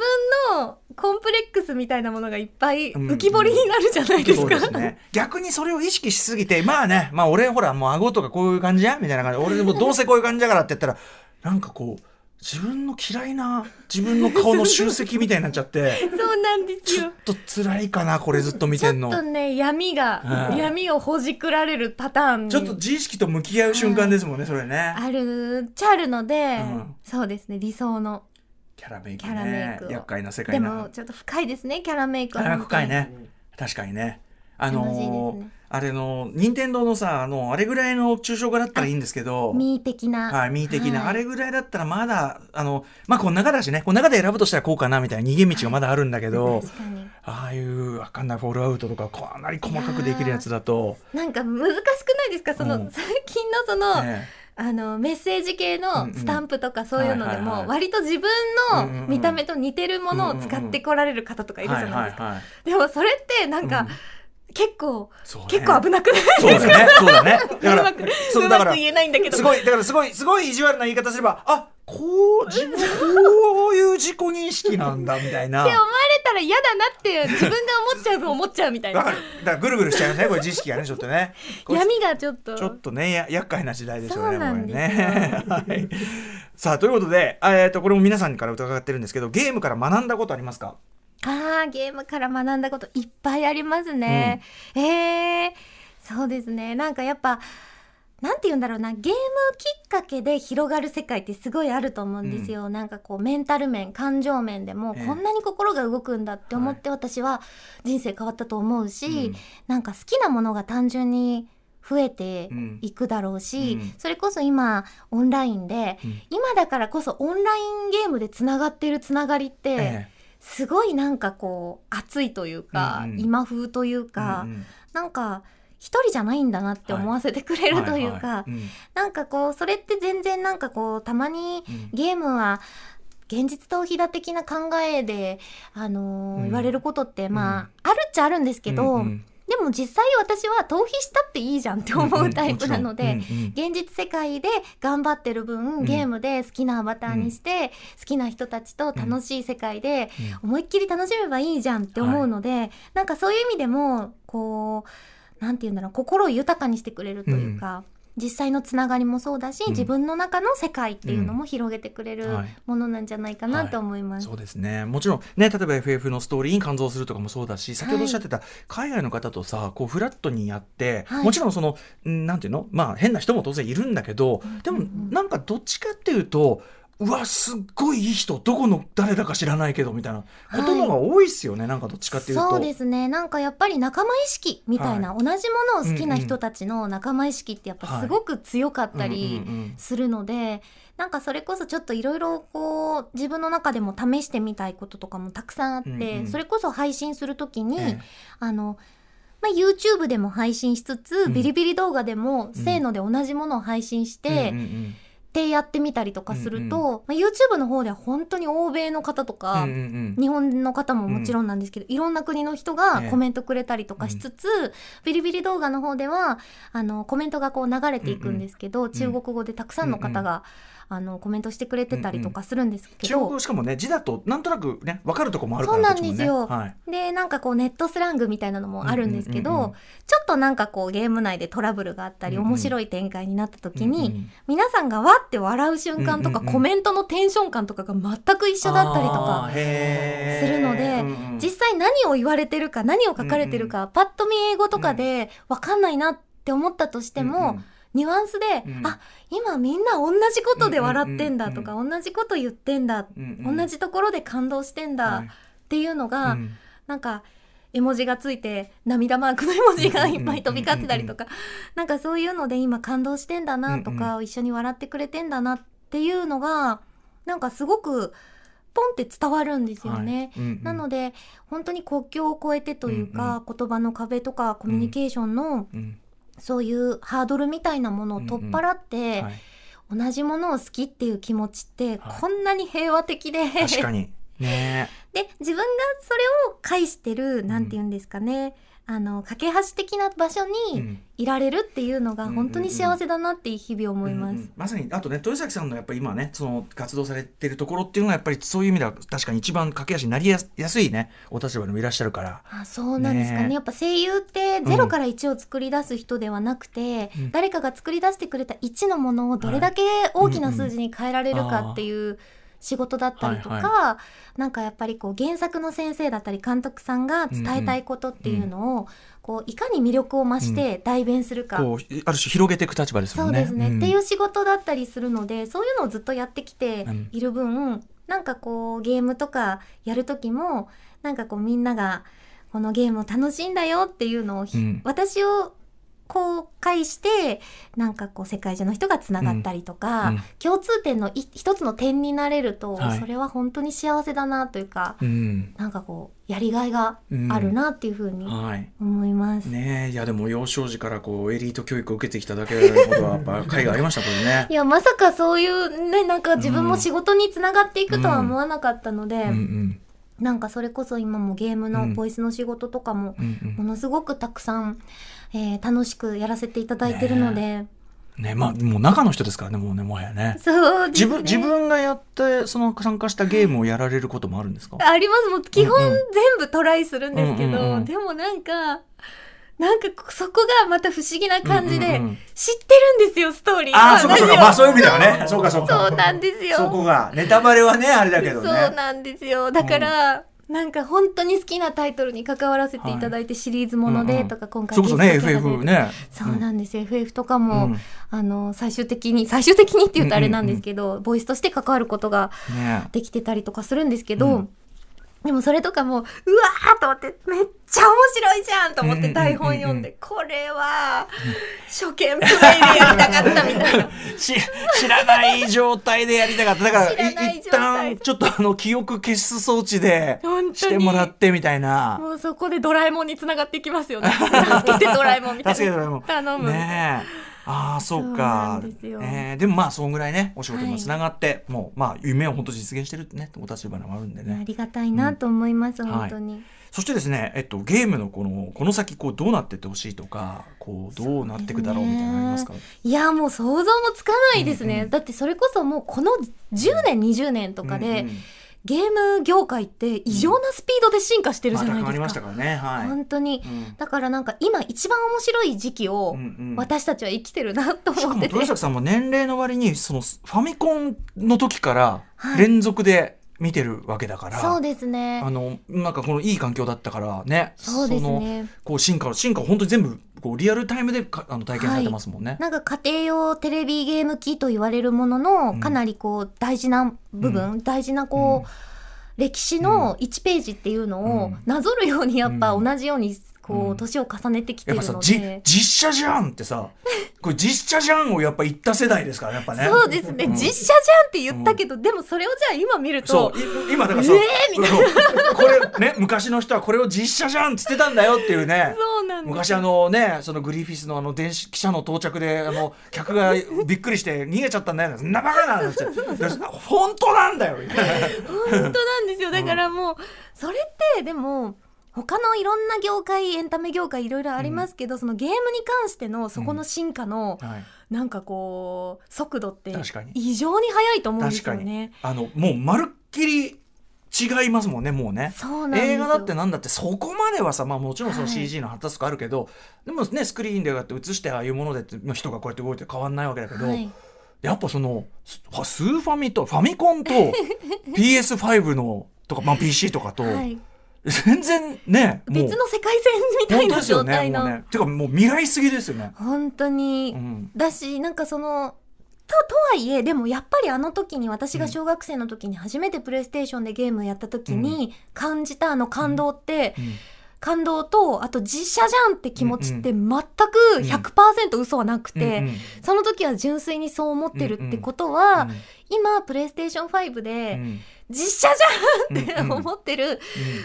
[SPEAKER 5] のコンプレックスみたいなものがいっぱい浮き彫りになるじゃないです
[SPEAKER 6] そう
[SPEAKER 5] か、
[SPEAKER 6] ですね逆にそれを意識しすぎてまあねまあ俺ほらもう顎とかこういう感じやみたいな感じ俺もどうせこういう感じだからって言ったらなんかこう自分の嫌いな自分の顔の集積みたいになっち ゃって
[SPEAKER 5] そうなんです
[SPEAKER 6] ちょ
[SPEAKER 5] よ
[SPEAKER 6] っと辛いかなこれずっと見
[SPEAKER 5] ちょ
[SPEAKER 6] て
[SPEAKER 5] っ
[SPEAKER 6] んの
[SPEAKER 5] とね闇が、
[SPEAKER 6] はい
[SPEAKER 5] 闇をほじくられるパターンに
[SPEAKER 6] ちょっと自意識と向き合う瞬間ですもんねそれね。
[SPEAKER 5] あるっちゃあるので、
[SPEAKER 6] うん
[SPEAKER 5] そうですね理想の
[SPEAKER 6] キャラメイク
[SPEAKER 5] キャラメ
[SPEAKER 6] ね
[SPEAKER 5] イクを
[SPEAKER 6] 厄介な世
[SPEAKER 5] で
[SPEAKER 6] 界な
[SPEAKER 5] もちょっと深いですねキャラメイク
[SPEAKER 6] あれは深い
[SPEAKER 5] 本
[SPEAKER 6] ね確かにねあ
[SPEAKER 5] 楽しい
[SPEAKER 6] の
[SPEAKER 5] で
[SPEAKER 6] ー
[SPEAKER 5] すね
[SPEAKER 6] あれの任天堂のさあのあれぐらいの抽象画だったらいいんですけ
[SPEAKER 5] 当
[SPEAKER 6] ど
[SPEAKER 5] にミー的な、
[SPEAKER 6] はい、ミー的な、
[SPEAKER 5] はい
[SPEAKER 6] あれぐらいだったらまだあのまあこの中だしねこの中で選ぶとしたらこうかなみたいな逃げ道がまだあるんだけど、
[SPEAKER 5] 確かに
[SPEAKER 6] ああいうわかんないフォールアウトとかかなり細かくできるやつだと、
[SPEAKER 5] なんか難しくないですかその、
[SPEAKER 6] うん
[SPEAKER 5] 最近のその、
[SPEAKER 6] ね
[SPEAKER 5] あのメッセージ系
[SPEAKER 6] うんう
[SPEAKER 5] の
[SPEAKER 6] ん
[SPEAKER 5] スタンプとかそういうので
[SPEAKER 6] はいはいは
[SPEAKER 5] も
[SPEAKER 6] い
[SPEAKER 5] 割と自分
[SPEAKER 6] うんうんう
[SPEAKER 5] の
[SPEAKER 6] ん
[SPEAKER 5] 見た目と似てるものを使ってこられる方とかいるじゃないですか。
[SPEAKER 6] はいはいはい
[SPEAKER 5] でもそれってなん
[SPEAKER 6] うん
[SPEAKER 5] か結構
[SPEAKER 6] そうね
[SPEAKER 5] 結構危なくない
[SPEAKER 6] そうだねそうだねだか
[SPEAKER 5] う
[SPEAKER 6] ら
[SPEAKER 5] まく
[SPEAKER 6] そううだか
[SPEAKER 5] ま
[SPEAKER 6] ら
[SPEAKER 5] く言えないんだけど。
[SPEAKER 6] すごい、だからすごい、すごい意地悪な言い方すれば、あ、こう、自分、こういう自己認識なんだ、みたいな。
[SPEAKER 5] って思わ
[SPEAKER 6] わ
[SPEAKER 5] れたら嫌だなって自分が思っちゃう分思っちゃうみたい
[SPEAKER 6] か
[SPEAKER 5] な
[SPEAKER 6] る。だからぐるぐるしちゃいますね、これ、自意識がね、ちょっとね。これ
[SPEAKER 5] 闇がちょっと
[SPEAKER 6] ちょっとね、や厄介な時代ですよ
[SPEAKER 5] そ
[SPEAKER 6] ね、
[SPEAKER 5] うな
[SPEAKER 6] これ
[SPEAKER 5] んですよ
[SPEAKER 6] ね。はい。さあ、ということで、えっと、これも皆さんから伺ってるんですけど、ゲームから学んだことありますか
[SPEAKER 5] ああ、ゲームから学んだこといっぱいありますね。ええそうですね。なんかやっぱ、なんて言うんだろうな、ゲームきっかけで広がる世界ってすごいあると思うんですよ。なんかこう、メンタル面、感情面でも、
[SPEAKER 6] ええ
[SPEAKER 5] こんなに心が動くんだって思って私は人生変わったと思うし、
[SPEAKER 6] うん
[SPEAKER 5] なんか好きなものが単純に増えて
[SPEAKER 6] うん
[SPEAKER 5] いくだろうし、
[SPEAKER 6] うん
[SPEAKER 5] それこそ今、オンラインで、
[SPEAKER 6] うん
[SPEAKER 5] 今だからこそオンラインゲームでつながってるつながりって、
[SPEAKER 6] ええ
[SPEAKER 5] すごいなんかこう熱いというか、
[SPEAKER 6] うんうん
[SPEAKER 5] 今風というか、
[SPEAKER 6] うんうん
[SPEAKER 5] なんか一人じゃないんだなって思わせてくれるというか、
[SPEAKER 6] ははうん
[SPEAKER 5] なんかこうそれって全然なんかこうたまに
[SPEAKER 6] うん
[SPEAKER 5] ゲームは現実逃避だ的な考えで、あのー
[SPEAKER 6] うん
[SPEAKER 5] 言われることって
[SPEAKER 6] うん
[SPEAKER 5] まあ、あるっちゃあるんですけど、
[SPEAKER 6] うんうん
[SPEAKER 5] でも実際私は逃避したっていいじゃんって思うタイプなので、
[SPEAKER 6] うんうんうん
[SPEAKER 5] 現実世界で頑張ってる分、
[SPEAKER 6] ん
[SPEAKER 5] ゲームで好きなアバターにして、好きな人たちと楽しい世界で、思いっきり楽しめばいいじゃんって思うので、なんかそういう意味でもこうなんて言うんだろう心を豊かにしてくれるというか、実際のつながりもそうだし、
[SPEAKER 6] うん
[SPEAKER 5] 自分の中の世界っていうのも広げてくれる
[SPEAKER 6] はい
[SPEAKER 5] ものなんじゃないかなと思います。
[SPEAKER 6] そうですねもちろんね例えば FF のストーリーに感動するとかもそうだし先ほどおっしゃってた海外の方とさこうフラットにやって、
[SPEAKER 5] はい
[SPEAKER 6] もちろんそのんなんていうのまあ変な人も当然いるんだけどでもなんかどっちかっていうとうわすっごいいい人どこの誰だか知らないけどみたいなことのが多いっすよね、なんかどっちかっていうと。
[SPEAKER 5] そうですねなんかやっぱり仲間意識みたいな、
[SPEAKER 6] は
[SPEAKER 5] 同じものを好きな人たちの仲間意識ってやっぱすごく強かったり、
[SPEAKER 6] うんうんうん
[SPEAKER 5] するのでなんかそれこそちょっといろいろこう自分の中でも試してみたいこととかもたくさんあって、
[SPEAKER 6] うんうん
[SPEAKER 5] それこそ配信するときに、
[SPEAKER 6] ええ
[SPEAKER 5] あのままあ、YouTube でも配信しつつ、ビリビリ動画でも、せーので同じものを配信して、
[SPEAKER 6] うんうん
[SPEAKER 5] ってやってみたりとかすると、
[SPEAKER 6] うん
[SPEAKER 5] まあ、YouTube の方では本当に欧米の方とか、
[SPEAKER 6] うんうん
[SPEAKER 5] 日本の方ももちろんなんですけど、いろんな国の人が
[SPEAKER 6] ね
[SPEAKER 5] コメントくれたりとかしつつ、ビリビリ動画の方ではあのコメントがこう流れていくんですけど、中国語でたくさんの方が、あのコメントしてくれてたりとかするんですけ
[SPEAKER 6] 中国
[SPEAKER 5] ど
[SPEAKER 6] 語、しかもね字だとなんとなくね分かるとこもあるから
[SPEAKER 5] そうなんですよ
[SPEAKER 6] こっちもねはい
[SPEAKER 5] でなんかこうネットスラングみたいなのもあるんですけど、
[SPEAKER 6] うんうんうんうん
[SPEAKER 5] ちょっとなんかこうゲーム内でトラブルがあったり、
[SPEAKER 6] うんうん
[SPEAKER 5] 面白い展開になった時に、
[SPEAKER 6] うんうん
[SPEAKER 5] 皆さんがわって笑う瞬間とか、
[SPEAKER 6] うんうんうん
[SPEAKER 5] コメントのテンション感とかが全く一緒だったりとか
[SPEAKER 6] あーへー
[SPEAKER 5] するので
[SPEAKER 6] うんうん
[SPEAKER 5] 実際何を言われてるか何を書かれてるか、パッと見英語とかでわかんないなって思ったとしても、
[SPEAKER 6] うんうん
[SPEAKER 5] ニュアンスで、
[SPEAKER 6] うん
[SPEAKER 5] あ今みんな同じことで笑ってんだとか、同じこと言ってんだ、
[SPEAKER 6] うんうん
[SPEAKER 5] 同じところで感動してんだ
[SPEAKER 6] はい
[SPEAKER 5] っていうのが、
[SPEAKER 6] うん
[SPEAKER 5] なんか絵文字がついて涙マークの絵文字がいっぱい飛び交ってたりとかなんかそういうので今感動してんだなとか、一緒に笑ってくれてんだなっていうのがなんかすごくポンって伝わるんですよね。
[SPEAKER 6] はいうんうん
[SPEAKER 5] なので本当に国境を越えてというか、言葉の壁とかコミュニケーションの
[SPEAKER 6] うん
[SPEAKER 5] そういうハードルみたいなものを取っ払って、
[SPEAKER 6] はい
[SPEAKER 5] 同じものを好きっていう気持ちって
[SPEAKER 6] はい
[SPEAKER 5] こんなに平和的で、
[SPEAKER 6] 確かにね
[SPEAKER 5] で自分がそれを介してるなんて言うんですかね、あの架け橋的な場所
[SPEAKER 6] う
[SPEAKER 5] に
[SPEAKER 6] ん
[SPEAKER 5] いられるっていうのが
[SPEAKER 6] うん
[SPEAKER 5] 本当に幸せだなっていう日々思います。
[SPEAKER 6] うんうんまさにあとね豊崎さんのやっぱり今ねその活動されてるところっていうのはやっぱりそういう意味では確かに一番駆け足になりやすやすいねお立場にもいらっしゃるから
[SPEAKER 5] あそうなんですかね
[SPEAKER 6] ね
[SPEAKER 5] やっぱ声優って
[SPEAKER 6] ん
[SPEAKER 5] 0から1を作り出す人ではなくて、
[SPEAKER 6] うん
[SPEAKER 5] 誰かが作り出してくれた1のものをどれだけ大きな数字に変えられるかっていう仕事だったりとか、
[SPEAKER 6] はい
[SPEAKER 5] なんかやっぱりこう原作の先生だったり監督さんが伝えたいことっていうのを、こういかに魅力を増して代弁するか、
[SPEAKER 6] こうある種広げていく立場です
[SPEAKER 5] そ
[SPEAKER 6] も
[SPEAKER 5] うん
[SPEAKER 6] ね。
[SPEAKER 5] ですね、
[SPEAKER 6] ん
[SPEAKER 5] っていう仕事だったりするのでそういうのをずっとやってきている分、なんかこうゲームとかやる時もなんかこうみんながこのゲームを楽しいんだよっていうのをひ、
[SPEAKER 6] うん
[SPEAKER 5] 私をこう介してなんかこう世界中の人がつながったりとか、
[SPEAKER 6] うんうん
[SPEAKER 5] 共通点のい一つの点になれると、
[SPEAKER 6] はい
[SPEAKER 5] それは本当に幸せだなというか、
[SPEAKER 6] うん
[SPEAKER 5] なんかこうやりがいがあるなっていうふうに
[SPEAKER 6] はい
[SPEAKER 5] 思います。
[SPEAKER 6] ねえいやでも幼少時からこうエリート教育を受けてきただけのことはやっぱ会がありましたもんね
[SPEAKER 5] い。やまさかそういうねなんか自分も仕事につながっていくとは思わなかったので、
[SPEAKER 6] うんうん
[SPEAKER 5] なんかそれこそ今もゲームのボイスの仕事とかも
[SPEAKER 6] うん
[SPEAKER 5] ものすごくたくさん、えー楽しくやらせていただいてるので、
[SPEAKER 6] うんねまあもう中の人ですからねもうねもはやね。
[SPEAKER 5] そうです
[SPEAKER 6] 自
[SPEAKER 5] ね
[SPEAKER 6] 分自分がやってその参加したゲームをやられること もあるんですか。
[SPEAKER 5] ありますもう基本
[SPEAKER 6] うんう
[SPEAKER 5] 全部トライするんですけど、
[SPEAKER 6] うんうんうん
[SPEAKER 5] でもなんかなんかそこがまた不思議な感じで、
[SPEAKER 6] うんうんうん
[SPEAKER 5] 知ってるんですよストーリー
[SPEAKER 6] ああそうかそうか
[SPEAKER 5] 話を
[SPEAKER 6] まあそういう意味ではねそうかそうか。
[SPEAKER 5] そうなんですよ
[SPEAKER 6] そこがネタバレはねあれだけどね。
[SPEAKER 5] そうなんですよだから、なんか本当に好きなタイトルに関わらせていただいて、シリーズもの
[SPEAKER 6] うん
[SPEAKER 5] で
[SPEAKER 6] うん
[SPEAKER 5] とか、今回
[SPEAKER 6] それこそね
[SPEAKER 5] ゲストキャラで
[SPEAKER 6] FF ね。
[SPEAKER 5] そうなんです、FF とかも、
[SPEAKER 6] うん
[SPEAKER 5] あの最終的に最終的にって言うとあれなんですけど、ボイスとして関わることが
[SPEAKER 6] ね
[SPEAKER 5] できてたりとかするんですけど、
[SPEAKER 6] うん
[SPEAKER 5] でもそれとかもううわーと思ってめっちゃ面白いじゃんと思って
[SPEAKER 6] うんうんうんうん
[SPEAKER 5] 台本読んで、これは初見プレイでやりたかったみたいな
[SPEAKER 6] し知らない状態でやりたかっただから
[SPEAKER 5] 知らない
[SPEAKER 6] い一
[SPEAKER 5] 状態
[SPEAKER 6] 旦ちょっとあの記憶消す装置で
[SPEAKER 5] 本当に
[SPEAKER 6] してもらってみたいな
[SPEAKER 5] もうそこでドラえもんにつながっていきます よね助けてドラえもんみたいな
[SPEAKER 6] 助けてドラえもん
[SPEAKER 5] 頼むみたいな
[SPEAKER 6] ねえああそ
[SPEAKER 5] そ
[SPEAKER 6] うか
[SPEAKER 5] うなんですよ
[SPEAKER 6] えーでもまあそんぐらいねお仕事にもつながって、もうまあ夢を本当実現してるってねお立場もあるんで
[SPEAKER 5] あ
[SPEAKER 6] ね
[SPEAKER 5] りがたいなと思います、本当に、
[SPEAKER 6] そしてですね、えっと、ゲームのこのこの先こうどうなってってほしいとかこうどうなっていくだろうみたいなのありますか
[SPEAKER 5] いやもう想像もつかないですね、だってそれこそもうこの10年20年とかで、
[SPEAKER 6] うんうん
[SPEAKER 5] ゲーム業界って異常なスピードで進化してる
[SPEAKER 6] ま
[SPEAKER 5] じ
[SPEAKER 6] あ
[SPEAKER 5] ゃ
[SPEAKER 6] た
[SPEAKER 5] ない
[SPEAKER 6] くさんありま
[SPEAKER 5] で
[SPEAKER 6] し
[SPEAKER 5] す
[SPEAKER 6] た
[SPEAKER 5] か、
[SPEAKER 6] からねはい、
[SPEAKER 5] 本当に、
[SPEAKER 6] うん
[SPEAKER 5] だからなんか今一番面白い時期を
[SPEAKER 6] うんうん
[SPEAKER 5] 私たちは生きてるなと
[SPEAKER 6] しか
[SPEAKER 5] 思っ
[SPEAKER 6] も
[SPEAKER 5] てて、
[SPEAKER 6] 豊崎さんも年齢の割にそのファミコンの時から
[SPEAKER 5] はい
[SPEAKER 6] 連続で見てるわけだから、
[SPEAKER 5] そうですね
[SPEAKER 6] あのなんかこのいい環境だったからね
[SPEAKER 5] そうです
[SPEAKER 6] の
[SPEAKER 5] ね
[SPEAKER 6] こう進化を進化を本当に全部こうリアルタイムでかあの体験されてますもんね。
[SPEAKER 5] なんか家庭用テレビゲーム機と言われるものの、
[SPEAKER 6] うん
[SPEAKER 5] かなりこう大事な部分、大事なこう、歴史の1ページっていうの
[SPEAKER 6] う
[SPEAKER 5] を
[SPEAKER 6] ん
[SPEAKER 5] なぞるようにやっぱ
[SPEAKER 6] うん
[SPEAKER 5] 同じようにこう年を重ねてきて
[SPEAKER 6] や
[SPEAKER 5] る
[SPEAKER 6] っぱさ
[SPEAKER 5] の
[SPEAKER 6] じ
[SPEAKER 5] で、
[SPEAKER 6] 実写じゃんってさこれ実写じゃんをやっぱ言った世代ですからやっぱね
[SPEAKER 5] そうですね、
[SPEAKER 6] ん
[SPEAKER 5] 実写じゃんって言ったけど、でもそれをじゃあ今見る
[SPEAKER 6] そ
[SPEAKER 5] と
[SPEAKER 6] うい今だからそう
[SPEAKER 5] えーみたい
[SPEAKER 6] うんこれね昔の人はこれを実写じゃんっつってたんだよっていうね
[SPEAKER 5] そうなんです
[SPEAKER 6] 昔あのねそのグリフィスのあの電子記者の到着であの客がびっくりして逃げちゃったんだよそんなバカなんですよ本当なんだよみたいな
[SPEAKER 5] 本当なんですよだからもうそれってでも他のいろんな業界エンタメ業界いろいろありますけど、そのゲームに関してのそこの進化の、
[SPEAKER 6] はい
[SPEAKER 5] なんかこう速度って
[SPEAKER 6] 確かに
[SPEAKER 5] 異常に速いと思うんで
[SPEAKER 6] 確
[SPEAKER 5] す
[SPEAKER 6] か
[SPEAKER 5] よ
[SPEAKER 6] に、
[SPEAKER 5] ね。
[SPEAKER 6] あのもうまるっきり違いますもんねもうね
[SPEAKER 5] そうなんですよ
[SPEAKER 6] 映画だってなんだってそこまではさ、まあ、もちろんその
[SPEAKER 5] はい
[SPEAKER 6] CG の発達とかあるけど、でもねスクリーンでだって映してああいうものでってまあ人がこうやって動いて変わんないわけだけど、
[SPEAKER 5] はい、
[SPEAKER 6] やっぱそのススーファミとファミコン と PS5 のとか、まあ、PC とかと、
[SPEAKER 5] はい、
[SPEAKER 6] 全然ねもう
[SPEAKER 5] 別の世界線みたい
[SPEAKER 6] 本当
[SPEAKER 5] な
[SPEAKER 6] ですよ
[SPEAKER 5] 状
[SPEAKER 6] ね
[SPEAKER 5] 態
[SPEAKER 6] も
[SPEAKER 5] の
[SPEAKER 6] うねてかもう未来すぎですよね。
[SPEAKER 5] 本当に、
[SPEAKER 6] うん
[SPEAKER 5] だしなんかそのととはいえでもやっぱりあの時に私が小学生の時に初めてプレイステーションでゲームやった時に感じたあの感動って、
[SPEAKER 6] うん
[SPEAKER 5] 感動とあと実写じゃんって気持ちって全く100%嘘はなくて、
[SPEAKER 6] うんうん
[SPEAKER 5] その時は純粋にそう思ってるってこと
[SPEAKER 6] う
[SPEAKER 5] は
[SPEAKER 6] ん
[SPEAKER 5] 今プレイステーション5
[SPEAKER 6] う
[SPEAKER 5] で
[SPEAKER 6] ん
[SPEAKER 5] 実写じゃんって
[SPEAKER 6] うんうん
[SPEAKER 5] 思ってる
[SPEAKER 6] うん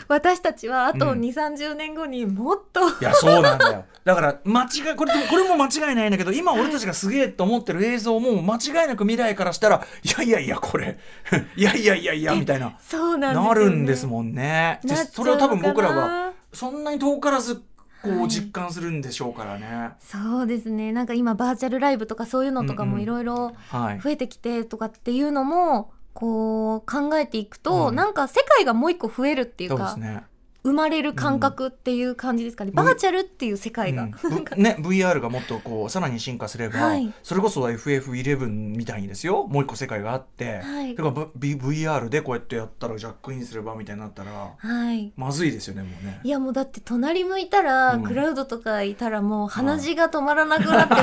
[SPEAKER 5] 私たちはあと
[SPEAKER 6] う
[SPEAKER 5] 2
[SPEAKER 6] ん
[SPEAKER 5] 3 0年後にもっと
[SPEAKER 6] いやそうなんだよだから間違いこれでもこれも間違いないんだけど今俺たちがすげえと思ってる映像も間違いなく未来からしたらいやいやいやこれ いやいやいやいやみたいな
[SPEAKER 5] そうなんですよ、ね、
[SPEAKER 6] なるんですもんねで
[SPEAKER 5] なっちゃうのかな
[SPEAKER 6] それを多分僕らはそんなに遠からずこう実感するんでしょうからね
[SPEAKER 5] そうですねなんか今バーチャルライブとかそういうのとか
[SPEAKER 6] うんう
[SPEAKER 5] も
[SPEAKER 6] ん
[SPEAKER 5] いろいろ
[SPEAKER 6] はい、
[SPEAKER 5] 増えてきてとかっていうのもこう考えていくと、
[SPEAKER 6] うん
[SPEAKER 5] なんか世界がもう一個増えるっていう
[SPEAKER 6] そうで
[SPEAKER 5] か
[SPEAKER 6] すね
[SPEAKER 5] 生まれる感覚っていう感じですかね、バーチャルっていう世界が、
[SPEAKER 6] うんぶね、VR がもっとこうさらに進化すれば、
[SPEAKER 5] はい
[SPEAKER 6] それこそ FF11 みたいにですよもう一個世界があって、
[SPEAKER 5] はい
[SPEAKER 6] だから V- VR でこうやってやったらジャックインすればみたいになったら
[SPEAKER 5] はい
[SPEAKER 6] まずいですよねもうね
[SPEAKER 5] いやもうだって隣向いたら、
[SPEAKER 6] うん
[SPEAKER 5] クラウドとかいたらもう鼻血が止まらなくなって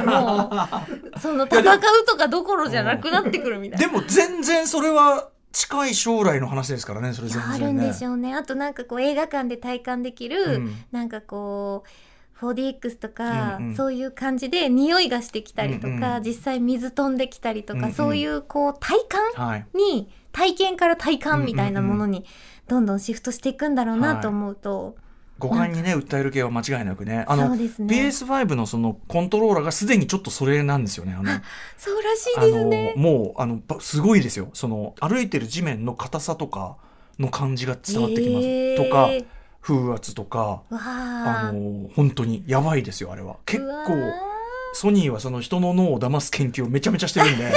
[SPEAKER 5] もう その戦うとかどころじゃなくなってくるみたいな
[SPEAKER 6] で。も全然それは近い将来の話ですからねそれ
[SPEAKER 5] い
[SPEAKER 6] 全
[SPEAKER 5] やある
[SPEAKER 6] 然
[SPEAKER 5] ん
[SPEAKER 6] ね
[SPEAKER 5] でしょうねあとなんかこう映画館で体感できる、
[SPEAKER 6] うん
[SPEAKER 5] なんかこう 4DX とか、
[SPEAKER 6] うんうん
[SPEAKER 5] そういう感じで匂いがしてきたりと
[SPEAKER 6] うん
[SPEAKER 5] か、
[SPEAKER 6] うん
[SPEAKER 5] 実際水飛んできたりとか、
[SPEAKER 6] うんうん
[SPEAKER 5] そういうこう体感
[SPEAKER 6] はい
[SPEAKER 5] に体験から体感みたいなものにどんどんシフトしていくんだろうなと思うと、
[SPEAKER 6] 五感にね訴える系は間違いなくねあの
[SPEAKER 5] そうですね
[SPEAKER 6] PS5 のそのコントローラーがすでにちょっとそれなんですよねあの
[SPEAKER 5] そうらしい
[SPEAKER 6] あ
[SPEAKER 5] です
[SPEAKER 6] の
[SPEAKER 5] ね。
[SPEAKER 6] もうあのばすごいですよその歩いてる地面の硬さとかの感じが伝わってきます、
[SPEAKER 5] えー
[SPEAKER 6] とか風圧とか
[SPEAKER 5] わあ
[SPEAKER 6] あの本当にやばいですよあれは結
[SPEAKER 5] うわ
[SPEAKER 6] 構ソニーはその人の脳を騙す研究をめちゃめちゃしてるんで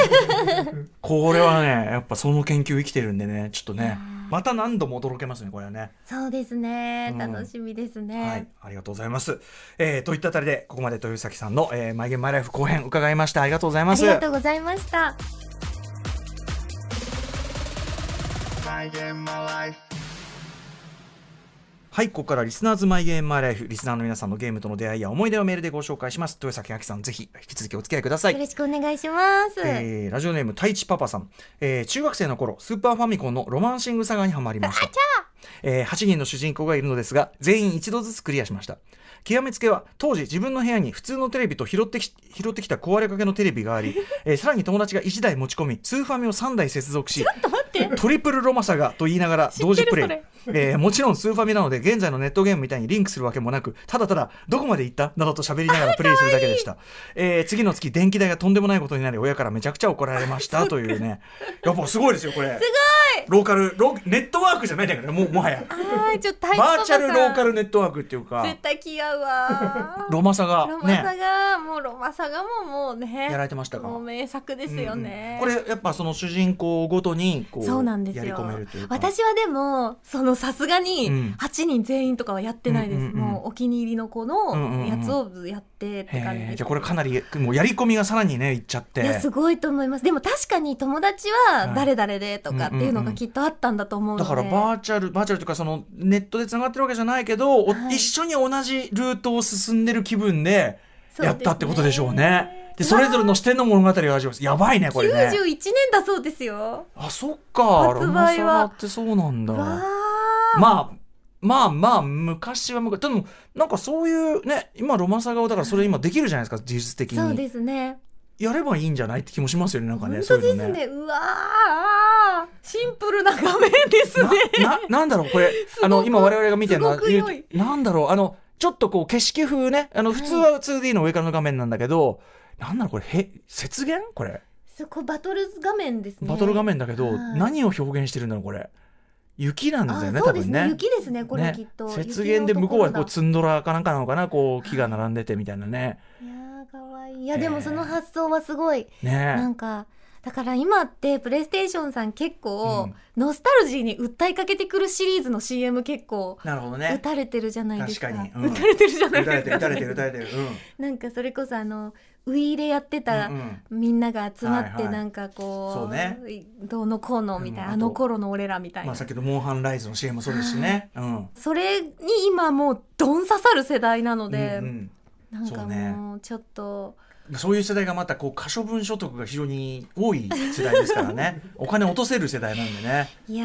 [SPEAKER 6] これはねやっぱその研究生きてるんでねちょっとねまた何度も驚けますねこれはね。
[SPEAKER 5] そうですね、
[SPEAKER 6] うん
[SPEAKER 5] 楽しみですね。
[SPEAKER 6] はい、ありがとうございます。えー、といったあたりでここまで豊崎さんの「えー、マイゲームマイライフ」後編伺いましたありがとうござい
[SPEAKER 5] あ
[SPEAKER 6] ます
[SPEAKER 5] り。がとうございました。
[SPEAKER 3] My game, my life.
[SPEAKER 6] はい、ここからリスナーズマイゲームマイライフリスナーの皆さんのゲームとの出会いや思い出をメールでご紹介します。豊崎あきさんぜひ引き続きお付き合いください
[SPEAKER 5] よ。ろしくお願いします。
[SPEAKER 6] えーラジオネーム太一パパさん、えー中学生の頃スーパーファミコンのロマンシングサガにはまりましたえー8人の主人公がいるのですが全員一度ずつクリアしました極めつけは当時自分の部屋に普通のテレビと拾ってき拾ってきた壊れかけのテレビがあり、 えーさらに友達が1台持ち込みスーファミを3台接続し トリプルロマサガと言いながら同時プレイ
[SPEAKER 5] 知ってる
[SPEAKER 6] えーもちろんスーファミなので現在のネットゲームみたいにリンクするわけもなくただただどこまで行ったなどと喋りながらプレイするだけ でしたえー次の月電気代がとんでもないことになり親からめちゃくちゃ怒られましたという ねやっぱすごいですよこれすごいローカルローネットワークじゃないんだけどねもうもはや
[SPEAKER 5] はい、ちょっと大
[SPEAKER 6] バーチャルローカルネットワークっていうか
[SPEAKER 5] 絶対気合うわ
[SPEAKER 6] ロマサが
[SPEAKER 5] ロマサ
[SPEAKER 6] ね
[SPEAKER 5] ガ、もうロマサガももうね
[SPEAKER 6] やられてましたか
[SPEAKER 5] もう名作ですよね、
[SPEAKER 6] うんうんこれやっぱその主人公ごとにこう
[SPEAKER 5] そうなんです
[SPEAKER 6] やり
[SPEAKER 5] よ
[SPEAKER 6] 込めるというか
[SPEAKER 5] 私はでもそのさすがに
[SPEAKER 6] うん
[SPEAKER 5] 8人全員とかはやってないです、
[SPEAKER 6] うんうんうん
[SPEAKER 5] もうお気に入りの子のやつをやってって感じ
[SPEAKER 6] へ
[SPEAKER 5] で
[SPEAKER 6] ー
[SPEAKER 5] す
[SPEAKER 6] じゃあこれかなりもうやり込みがさらにねいっちゃって
[SPEAKER 5] いやすごいと思いますでも確かに友達は誰々でとかっていうのがきっとあったんだと思うの
[SPEAKER 6] だ
[SPEAKER 5] で、
[SPEAKER 6] からバーチャルバーチャルというかそのネットでつながってるわけじゃないけど、お
[SPEAKER 5] はい
[SPEAKER 6] 一緒に同じルートを進んでる気分で
[SPEAKER 5] そうですね
[SPEAKER 6] やったってことでしょうね。でそれぞれの視点の物語を味わうやばいねこれね。
[SPEAKER 5] 91年だそうですよ
[SPEAKER 6] あそっか
[SPEAKER 5] 発売は
[SPEAKER 6] ロマサガってそうなんだ。
[SPEAKER 5] わー
[SPEAKER 6] まあまあまあ昔は昔でもなんかそういうね今ロマンサガをだからそれ今できるじゃないですか実質的
[SPEAKER 5] そう
[SPEAKER 6] に
[SPEAKER 5] ですね。
[SPEAKER 6] やればいいんじゃないって気もしますよねなんか
[SPEAKER 5] 本
[SPEAKER 6] ね
[SPEAKER 5] 当
[SPEAKER 6] そうい
[SPEAKER 5] で
[SPEAKER 6] う
[SPEAKER 5] す
[SPEAKER 6] の
[SPEAKER 5] ね。うわあ、シンプルな画面ですね。
[SPEAKER 6] なななんだろうこれ
[SPEAKER 5] ごく
[SPEAKER 6] あの今我々が見てるのは
[SPEAKER 5] すごく良い
[SPEAKER 6] なんだろうあのちょっとこう景色風ねあの普通は 2D の上からの画面なんだけど、なんだろうこれへ雪原これ
[SPEAKER 5] そこバトル画面ですね。
[SPEAKER 6] バトル画面だけど、
[SPEAKER 5] はい
[SPEAKER 6] 何を表現してるんだろうこれ雪なんですよね
[SPEAKER 5] あそ
[SPEAKER 6] 多
[SPEAKER 5] うです
[SPEAKER 6] 分
[SPEAKER 5] ね。
[SPEAKER 6] ね
[SPEAKER 5] 雪ですね。これ
[SPEAKER 6] ね
[SPEAKER 5] きっと。
[SPEAKER 6] 雪原で向こうはこう
[SPEAKER 5] 雪
[SPEAKER 6] ツンドラかなんかなのかなこう木が並んでてみたいなね
[SPEAKER 5] のところだいやー可愛いい。いやでもその発想はすごい。な
[SPEAKER 6] ね
[SPEAKER 5] んか。だから今ってプレイステーションさん結構、ノスタルジーに訴えかけてくるシリーズの CM 結構
[SPEAKER 6] なるほど
[SPEAKER 5] 打たれてるじゃないですか。
[SPEAKER 6] 確かにう ん
[SPEAKER 5] 打たれてるじゃない
[SPEAKER 6] 打た
[SPEAKER 5] で
[SPEAKER 6] れ
[SPEAKER 5] す
[SPEAKER 6] て
[SPEAKER 5] か。
[SPEAKER 6] る打たれてる打たれてる
[SPEAKER 5] なんかそれこそあのウイイレやってた、
[SPEAKER 6] うんうん
[SPEAKER 5] みんなが集まっ
[SPEAKER 6] はい
[SPEAKER 5] て
[SPEAKER 6] はい
[SPEAKER 5] なんか
[SPEAKER 6] そ
[SPEAKER 5] こう,、
[SPEAKER 6] うね
[SPEAKER 5] どうのこうのみたいな、
[SPEAKER 6] うん
[SPEAKER 5] あの頃の俺らみたい
[SPEAKER 6] ま
[SPEAKER 5] な、
[SPEAKER 6] あさっきのモンハンライズの CM もそうですしね、うん
[SPEAKER 5] それに今もうどん刺さる世代なので、
[SPEAKER 6] うんうん
[SPEAKER 5] なんかもうちょっと
[SPEAKER 6] そういう世代がまたこう可処分所得が非常に多い世代ですから ねお金落とせる世代なんでね
[SPEAKER 5] いや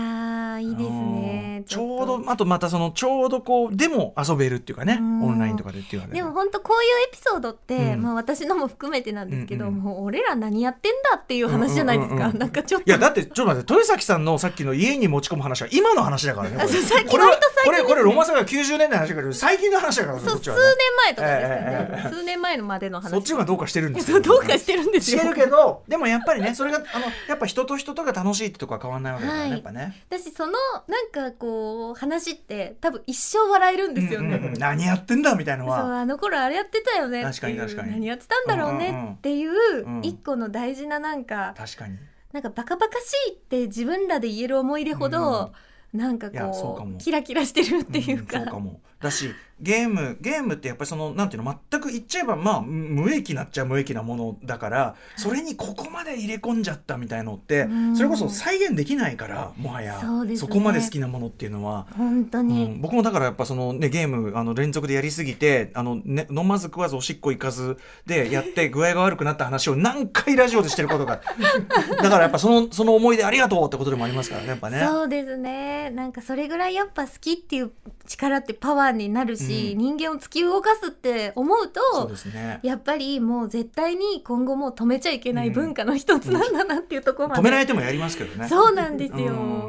[SPEAKER 5] ーいいです
[SPEAKER 6] うん
[SPEAKER 5] ね
[SPEAKER 6] ちょう
[SPEAKER 5] っと
[SPEAKER 6] どあとまたそのちょうどこうでも遊べるっていうかね
[SPEAKER 5] うん
[SPEAKER 6] オンラインとかでっていうのはね
[SPEAKER 5] でも本当こういうエピソードって、
[SPEAKER 6] うん
[SPEAKER 5] まあ私のも含めてなんですけど、
[SPEAKER 6] うんうん
[SPEAKER 5] もう俺ら何やってんだっていう話じゃないですか、
[SPEAKER 6] うんうんうんうん
[SPEAKER 5] なんかちょっ
[SPEAKER 6] い
[SPEAKER 5] と
[SPEAKER 6] やだってちょっと待って豊崎さんのさっきの家に持ち込む話は今の話だからねこ
[SPEAKER 5] あ そうさっ
[SPEAKER 6] れ
[SPEAKER 5] き
[SPEAKER 6] これは
[SPEAKER 5] 割と最
[SPEAKER 6] こ
[SPEAKER 5] 近
[SPEAKER 6] れこれロマンサガ90年代の話だから最近の話だからね
[SPEAKER 5] そ
[SPEAKER 6] こ
[SPEAKER 5] う
[SPEAKER 6] っち
[SPEAKER 5] 数
[SPEAKER 6] は
[SPEAKER 5] 年
[SPEAKER 6] ね
[SPEAKER 5] 前とかですよね、
[SPEAKER 6] ええええええ
[SPEAKER 5] 数年前のまでの話
[SPEAKER 6] そっちがどうかしてるんです
[SPEAKER 5] そう
[SPEAKER 6] よ
[SPEAKER 5] どうかしてるんです
[SPEAKER 6] し
[SPEAKER 5] よ
[SPEAKER 6] てるけどでもやっぱりねそれがあのやっぱ人と人とが楽しいってとこは変わんないわけだから
[SPEAKER 5] は
[SPEAKER 6] ね、
[SPEAKER 5] い
[SPEAKER 6] やっぱね
[SPEAKER 5] 私そのなんかこう話って多分一生笑えるんですよね。
[SPEAKER 6] うんうんうん何やってんだみたいの
[SPEAKER 5] そう
[SPEAKER 6] は
[SPEAKER 5] あの頃あれやってたよねっていう
[SPEAKER 6] 確かに確かに
[SPEAKER 5] 何やってたんだろう
[SPEAKER 6] うんうんうん
[SPEAKER 5] ねっていう
[SPEAKER 6] うん
[SPEAKER 5] 一個の大事ななんか、
[SPEAKER 6] 確かに
[SPEAKER 5] なんかバカバカしいって自分らで言える思い出ほど、なんか
[SPEAKER 6] いやそう
[SPEAKER 5] こ
[SPEAKER 6] か
[SPEAKER 5] う
[SPEAKER 6] も
[SPEAKER 5] キラキラしてるっていうか,、
[SPEAKER 6] んそうかもだしゲームゲームってやっぱりそのなんていうの全く言っちゃえばまあ無無益なっちゃ無益なものだからそれにここまで入れ込んじゃったみたいのって、
[SPEAKER 5] うん
[SPEAKER 6] それこそ再現できないからもはや
[SPEAKER 5] そうですね
[SPEAKER 6] こまで好きなものっていうのは。
[SPEAKER 5] 本当
[SPEAKER 6] う
[SPEAKER 5] に、
[SPEAKER 6] ん、僕もだからやっぱその、ね、ゲームあの連続でやりすぎてあの、ね、飲まず食わずおしっこ行かずでや って具合が悪くなった話を何回ラジオでしてることが だからやっぱそのその思い出ありがとうってことでもありますからねやっぱね。
[SPEAKER 5] そうですねなんかそれぐらいやっぱ好きっていう力ってパワーになるし、
[SPEAKER 6] う
[SPEAKER 5] 人間を突き動かすって思うと
[SPEAKER 6] そうですね
[SPEAKER 5] やっぱりもう絶対に今後もう止めちゃいけない文化の一つなんだなっていうところまで、
[SPEAKER 6] 止められてもやりますけどね。
[SPEAKER 5] そうなんですよ。
[SPEAKER 6] う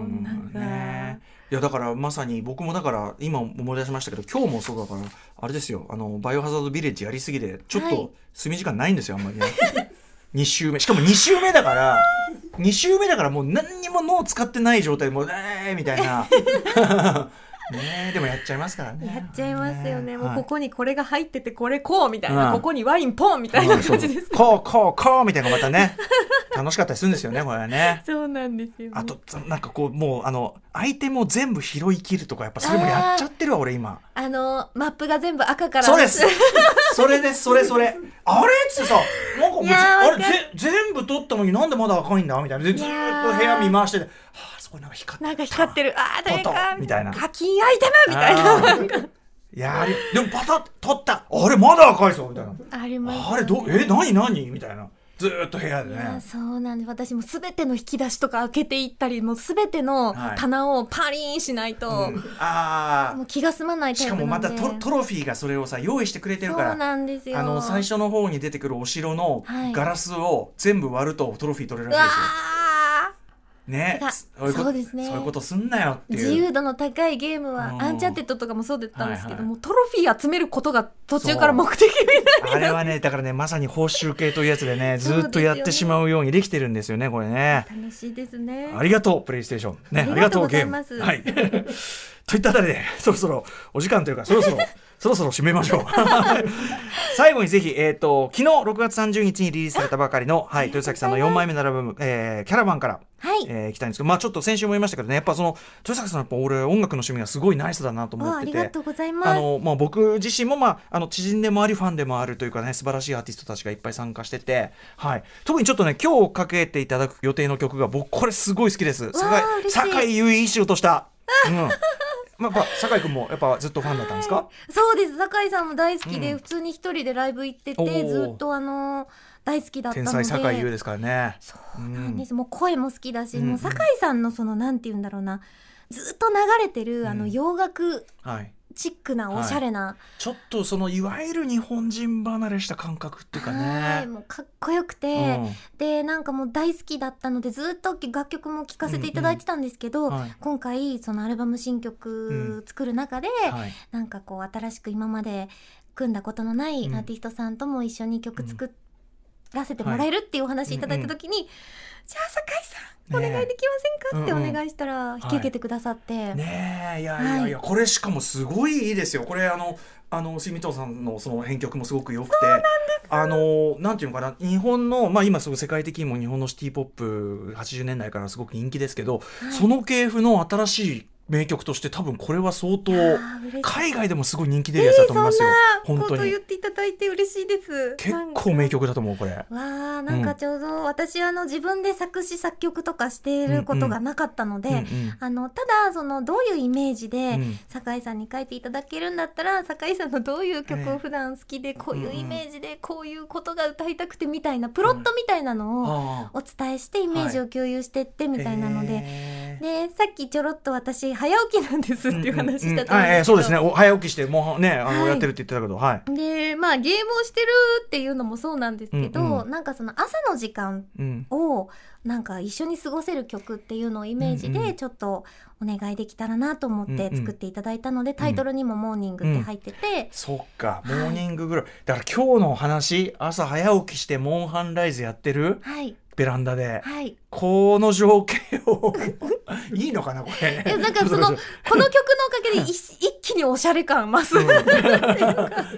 [SPEAKER 6] ん
[SPEAKER 5] なんか、
[SPEAKER 6] ねいやだからまさに僕もだから今思い出しましたけど今日もそうだからあれですよあのバイオハザードビレッジやりすぎでちょっ
[SPEAKER 5] はい
[SPEAKER 6] と睡眠時間ないんですよあんまりね 2週目しかも2週目だから2週目だからもう何にも脳使ってない状態でもうえーみた いなねえでもやっちゃいますからね
[SPEAKER 5] やっちゃいますよね。もう
[SPEAKER 6] はい
[SPEAKER 5] ここにこれが入っててこれこうみたいな、
[SPEAKER 6] うん
[SPEAKER 5] ここにワインポンみたいな感じです。
[SPEAKER 6] こうこうこうみたいなのがまたね楽しかったりするんですよねこれはね
[SPEAKER 5] そうなんですよ。
[SPEAKER 6] あとなんかこうもうあのアイテムを全部拾い切るとかやっぱそれもやっちゃってるわ俺今
[SPEAKER 5] あのマップが全部赤から。
[SPEAKER 6] そうですそれですそれそれあれっつってさなんかもう
[SPEAKER 5] い
[SPEAKER 6] ぜ
[SPEAKER 5] やー
[SPEAKER 6] あれ
[SPEAKER 5] わかる
[SPEAKER 6] ぜ全部取ったのになんでまだ赤いんだみたいなでずーっと部屋見回しててはあそこになんか光って
[SPEAKER 5] なんか光ってる。ああ誰か
[SPEAKER 6] ポトみたいな
[SPEAKER 5] 課金アイテムみたいな。
[SPEAKER 6] なやりでもパタッ取ったあれまだ赤いぞみたいな
[SPEAKER 5] あります、ね。
[SPEAKER 6] あれどえ何何みたいなずーっと部屋
[SPEAKER 5] い
[SPEAKER 6] で
[SPEAKER 5] や
[SPEAKER 6] ね
[SPEAKER 5] そうなんです私もすべての引き出しとか開けていったりもうすべての
[SPEAKER 6] はい
[SPEAKER 5] 棚をパリーンしないと、
[SPEAKER 6] うんあ
[SPEAKER 5] も
[SPEAKER 6] あ
[SPEAKER 5] う気が済まないタイ
[SPEAKER 6] し
[SPEAKER 5] プ
[SPEAKER 6] か
[SPEAKER 5] なんで
[SPEAKER 6] もまたトトロフィーがそれをさ用意してくれてるから
[SPEAKER 5] そうなんですよ
[SPEAKER 6] あの最初の方に出てくるお城の
[SPEAKER 5] はい
[SPEAKER 6] ガラスを全部割るとトロフィー取れる
[SPEAKER 5] うわ
[SPEAKER 6] わ
[SPEAKER 5] あ
[SPEAKER 6] けですよ。ね
[SPEAKER 5] てか
[SPEAKER 6] いこと
[SPEAKER 5] そうですね
[SPEAKER 6] そういうことすんなよっていう。
[SPEAKER 5] 自由度の高いゲームは、
[SPEAKER 6] うん
[SPEAKER 5] アンチャーテッドとかもそうだったんですけど、
[SPEAKER 6] はいはい
[SPEAKER 5] もうトロフィー集めることが途中から目的みたい
[SPEAKER 6] あれはねだからねまさに報酬系というやつでねず
[SPEAKER 5] そうですよね
[SPEAKER 6] ーっとやってしまうようにできてるんですよねこれね。
[SPEAKER 5] な楽しいですね
[SPEAKER 6] ありがとうプレイステーションね
[SPEAKER 5] あり
[SPEAKER 6] あり
[SPEAKER 5] がと
[SPEAKER 6] がと
[SPEAKER 5] う
[SPEAKER 6] う
[SPEAKER 5] ござ
[SPEAKER 6] ゲ
[SPEAKER 5] い
[SPEAKER 6] ーム
[SPEAKER 5] ます
[SPEAKER 6] はい といったあたりでそろそろお時間というかそろそろ そろそろ締めましょう 最後にぜひ、えー、と昨日6月30日にリリースされたばかりの、はい、豊崎さんの4枚目のアルバム「えーキャラバン」から
[SPEAKER 5] はい、
[SPEAKER 6] えー、来たいんですけど、まあ、ちょっと先週も言いましたけどねやっぱその豊坂さんやっぱ俺音楽の趣味がすごいナイスだなと思
[SPEAKER 5] わあ
[SPEAKER 6] っ
[SPEAKER 5] あ
[SPEAKER 6] て
[SPEAKER 5] り
[SPEAKER 6] て
[SPEAKER 5] がとうござい
[SPEAKER 6] あ
[SPEAKER 5] ます
[SPEAKER 6] のまあ、僕自身も、まあ、あの知人でもありファンでもあるというかね素晴らしいアーティストたちがいっぱい参加してて、はい、特にちょっとね今日かけていただく予定の曲が僕これすごい好きです
[SPEAKER 5] わあ嬉しい
[SPEAKER 6] 酒井優衣一 とした、うんまあ、やっぱ酒井君もやっぱずっとファンだったんですか、
[SPEAKER 5] そうです酒井さんも大好きで、
[SPEAKER 6] うん
[SPEAKER 5] 普通に一人でライブ行って
[SPEAKER 6] おー
[SPEAKER 5] てずっとあの大好きだったの
[SPEAKER 6] 天
[SPEAKER 5] で
[SPEAKER 6] 才酒井優ですからね
[SPEAKER 5] そうなんです、もう声も好きだし、もう酒井さんのそのなんて言うんだろうなずっと流れてるあの洋楽
[SPEAKER 6] はい、
[SPEAKER 5] チックなおしゃれな、
[SPEAKER 6] ちょっとそのいわゆる日本人離れした感覚っていうか
[SPEAKER 5] はい
[SPEAKER 6] ね。
[SPEAKER 5] もうかっこよくて、
[SPEAKER 6] う
[SPEAKER 5] でなんかもう大好きだったのでずっと楽曲も聴かせていただいてたんですけど、
[SPEAKER 6] んはい
[SPEAKER 5] 今回そのアルバム新曲作る中で、
[SPEAKER 6] はい
[SPEAKER 5] なんかこう新しく今まで組んだことのないアーティストさんとも一緒に曲作らせてもらえるっていうお話いただいた時に、じゃあ酒井さんお
[SPEAKER 6] ねえ
[SPEAKER 5] 願いできませんかって
[SPEAKER 6] うんうん
[SPEAKER 5] お願いしたら引き受けてくださって、
[SPEAKER 6] ねえいやいやいや、これしかもすごいいいですよこれあのあの水見さんのその編曲もすごく良くてあのなんていうのかな日本のまあ今すごい世界的にも日本のシティ・ポップ80年代からすごく人気ですけど、その系譜の新しい名曲として多分これは相当
[SPEAKER 5] あー嬉しい
[SPEAKER 6] 海外でもすごい人気出るやつだと思いますよ、
[SPEAKER 5] そんな
[SPEAKER 6] 本
[SPEAKER 5] こと
[SPEAKER 6] 当
[SPEAKER 5] 言っ
[SPEAKER 6] に
[SPEAKER 5] ていただいて嬉しいです
[SPEAKER 6] 結
[SPEAKER 5] なんか
[SPEAKER 6] 構名曲だと思うこれ。
[SPEAKER 5] わあなんかちょうど私あの自分で作詞作曲とかしていることがなかったので、
[SPEAKER 6] うんうん
[SPEAKER 5] あのただそのどういうイメージで
[SPEAKER 6] うん
[SPEAKER 5] 酒井さんに書いていただけるんだったら酒井さんのどういう曲を普段好きでこういうイメージでこういうことが歌いたくてみたいなプロットみたいなのを
[SPEAKER 6] あ
[SPEAKER 5] お伝えしてイメージを共有してってみたいなので。
[SPEAKER 6] えー
[SPEAKER 5] でさっきちょろっと私早起きなんですっていう話したと思
[SPEAKER 6] うんう
[SPEAKER 5] うん
[SPEAKER 6] んあえ
[SPEAKER 5] ですけ
[SPEAKER 6] えそう
[SPEAKER 5] ど
[SPEAKER 6] ですねお早起きしてもうねあの、
[SPEAKER 5] はい
[SPEAKER 6] やってるって言ってたけどはい、
[SPEAKER 5] でまあゲームをしてるっていうのもそうなんですけど、
[SPEAKER 6] うんうん
[SPEAKER 5] なんかその朝の時間
[SPEAKER 6] うん、
[SPEAKER 5] をなんか一緒に過ごせる曲っていうのをイメージ
[SPEAKER 6] うんう
[SPEAKER 5] で
[SPEAKER 6] ん
[SPEAKER 5] ちょっとお願いできたらなと思って作っていただいたので、タイトルにも「モーニング」って入ってて、
[SPEAKER 6] そっかモーニングぐらい、だから今日のお話朝早起きしてモンハンライズやってる
[SPEAKER 5] はい
[SPEAKER 6] ベランダで、
[SPEAKER 5] はい。
[SPEAKER 6] この情景を いいのかなこれ
[SPEAKER 5] いやなんかそ のこの曲のおかげでい一気におしゃれ感増 す。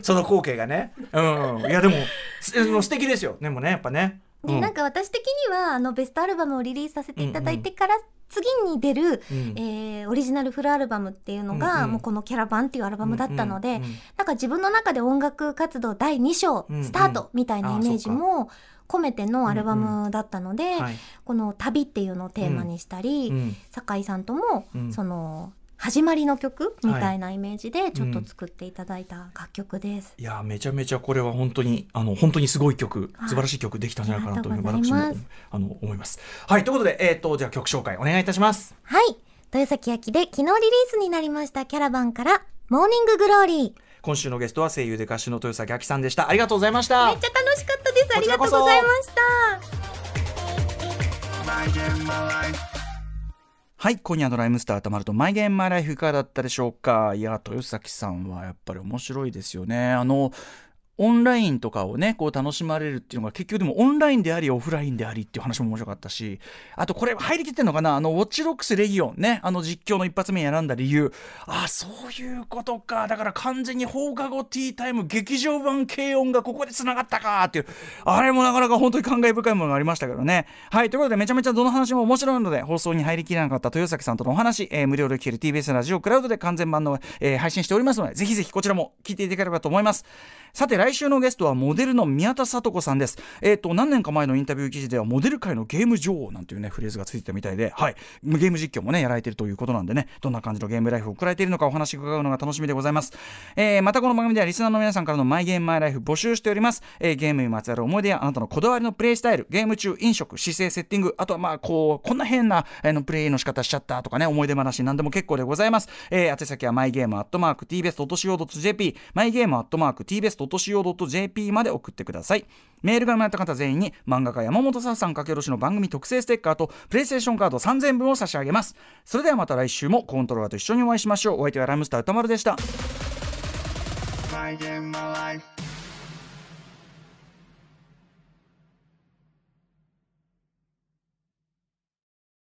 [SPEAKER 6] その光景がねうんいやでもすその素敵ですよでもねやっぱね、う
[SPEAKER 5] でなんか私的にはあのベストアルバムをリリースさせていただいてから、次に出る、
[SPEAKER 6] うん
[SPEAKER 5] えーオリジナルフルアルバムっていうの
[SPEAKER 6] うん
[SPEAKER 5] が、
[SPEAKER 6] うん
[SPEAKER 5] もうこの「キャラバン」っていうアルバムだったので、
[SPEAKER 6] うんうんうん
[SPEAKER 5] なんか自分の中で音楽活動第2章
[SPEAKER 6] うんうん
[SPEAKER 5] スタートみたいなイメージも込めてのアルバムだったので、
[SPEAKER 6] はい
[SPEAKER 5] この旅っていうのをテーマにしたり、
[SPEAKER 6] うん
[SPEAKER 5] 酒井さんとも
[SPEAKER 6] うん
[SPEAKER 5] その始まりの曲みたいなイメージでちょっと作っていただいた楽曲です。
[SPEAKER 6] いやめちゃめちゃこれは本当にあの本当にすごい曲
[SPEAKER 5] はい
[SPEAKER 6] 素晴らしい曲できたんじゃないかなというふうに
[SPEAKER 5] ありがとう
[SPEAKER 6] 私
[SPEAKER 5] ご
[SPEAKER 6] も
[SPEAKER 5] ざいます
[SPEAKER 6] あの思います。はいということで、えー、とじゃあ曲紹介お願いいたします。
[SPEAKER 5] はい豊崎明で昨日リリースになりましたキャラバンからモーニンググローリー。め
[SPEAKER 6] 今週のゲストは声優で歌手の豊崎あきさんでした。ありがとうございました。
[SPEAKER 5] っちゃ楽しかったです。あ
[SPEAKER 6] こ
[SPEAKER 5] り
[SPEAKER 6] ちら
[SPEAKER 5] がと
[SPEAKER 6] こ
[SPEAKER 5] う
[SPEAKER 6] そ
[SPEAKER 5] ございました。
[SPEAKER 6] はい今夜の「ライムスターたまると「マイ・ゲーム・マイ・ライフ」いかがだったでしょうかいや豊崎さんはやっぱり面白いですよねあのオンラインとかをねこう楽しまれるっていうのが結局でもオンラインでありオフラインでありっていう話も面白かったしあとこれ入りきってんのかなあのウォッチロックスレギオンねあの実況の一発目に選んだ理由あそういうことかだから完全に放課後ティータイム劇場版軽音がここでつながったかっていうあれもなかなか本当に感慨深いものがありましたけどねはいということでめちゃめちゃどの話も面白いので放送に入りきらなかった豊崎さんとのお話、えー無料で聞ける TBS ラジオクラウドで完全版の、えー配信しておりますのでぜひぜひこちらも聞いていただければと思いますさて来週のゲストはモデルの宮田聡子さんですえっ、と何年か前のインタビュー記事ではモデル界のゲーム女王なんていうねフレーズがついてたみたいではいゲーム実況もねやられてるということなんでねどんな感じのゲームライフを送られているのかお話伺うのが楽しみでございます、えーまたこの番組ではリスナーの皆さんからのマイゲームマイライフ募集しております、えーゲームにまつわる思い出やあなたのこだわりのプレイスタイルゲーム中飲食姿勢セッティングあとはまあこうこんな変なあのプレイの仕方しちゃったとかね思い出話なんでも結構でございます、えー、宛先はマイゲームアットマーク tbest.co.jp マイゲームアットマーク tbest.co.jp まで送ってくださいメールが生まれた方全員に漫画家山本沙さん書き下ろしの番組特製ステッカーとプレイステーションカード3000分を差し上げますそれではまた来週もコントローラーと一緒にお会いしましょうお相手はライムスター歌丸でした
[SPEAKER 3] my game, my life.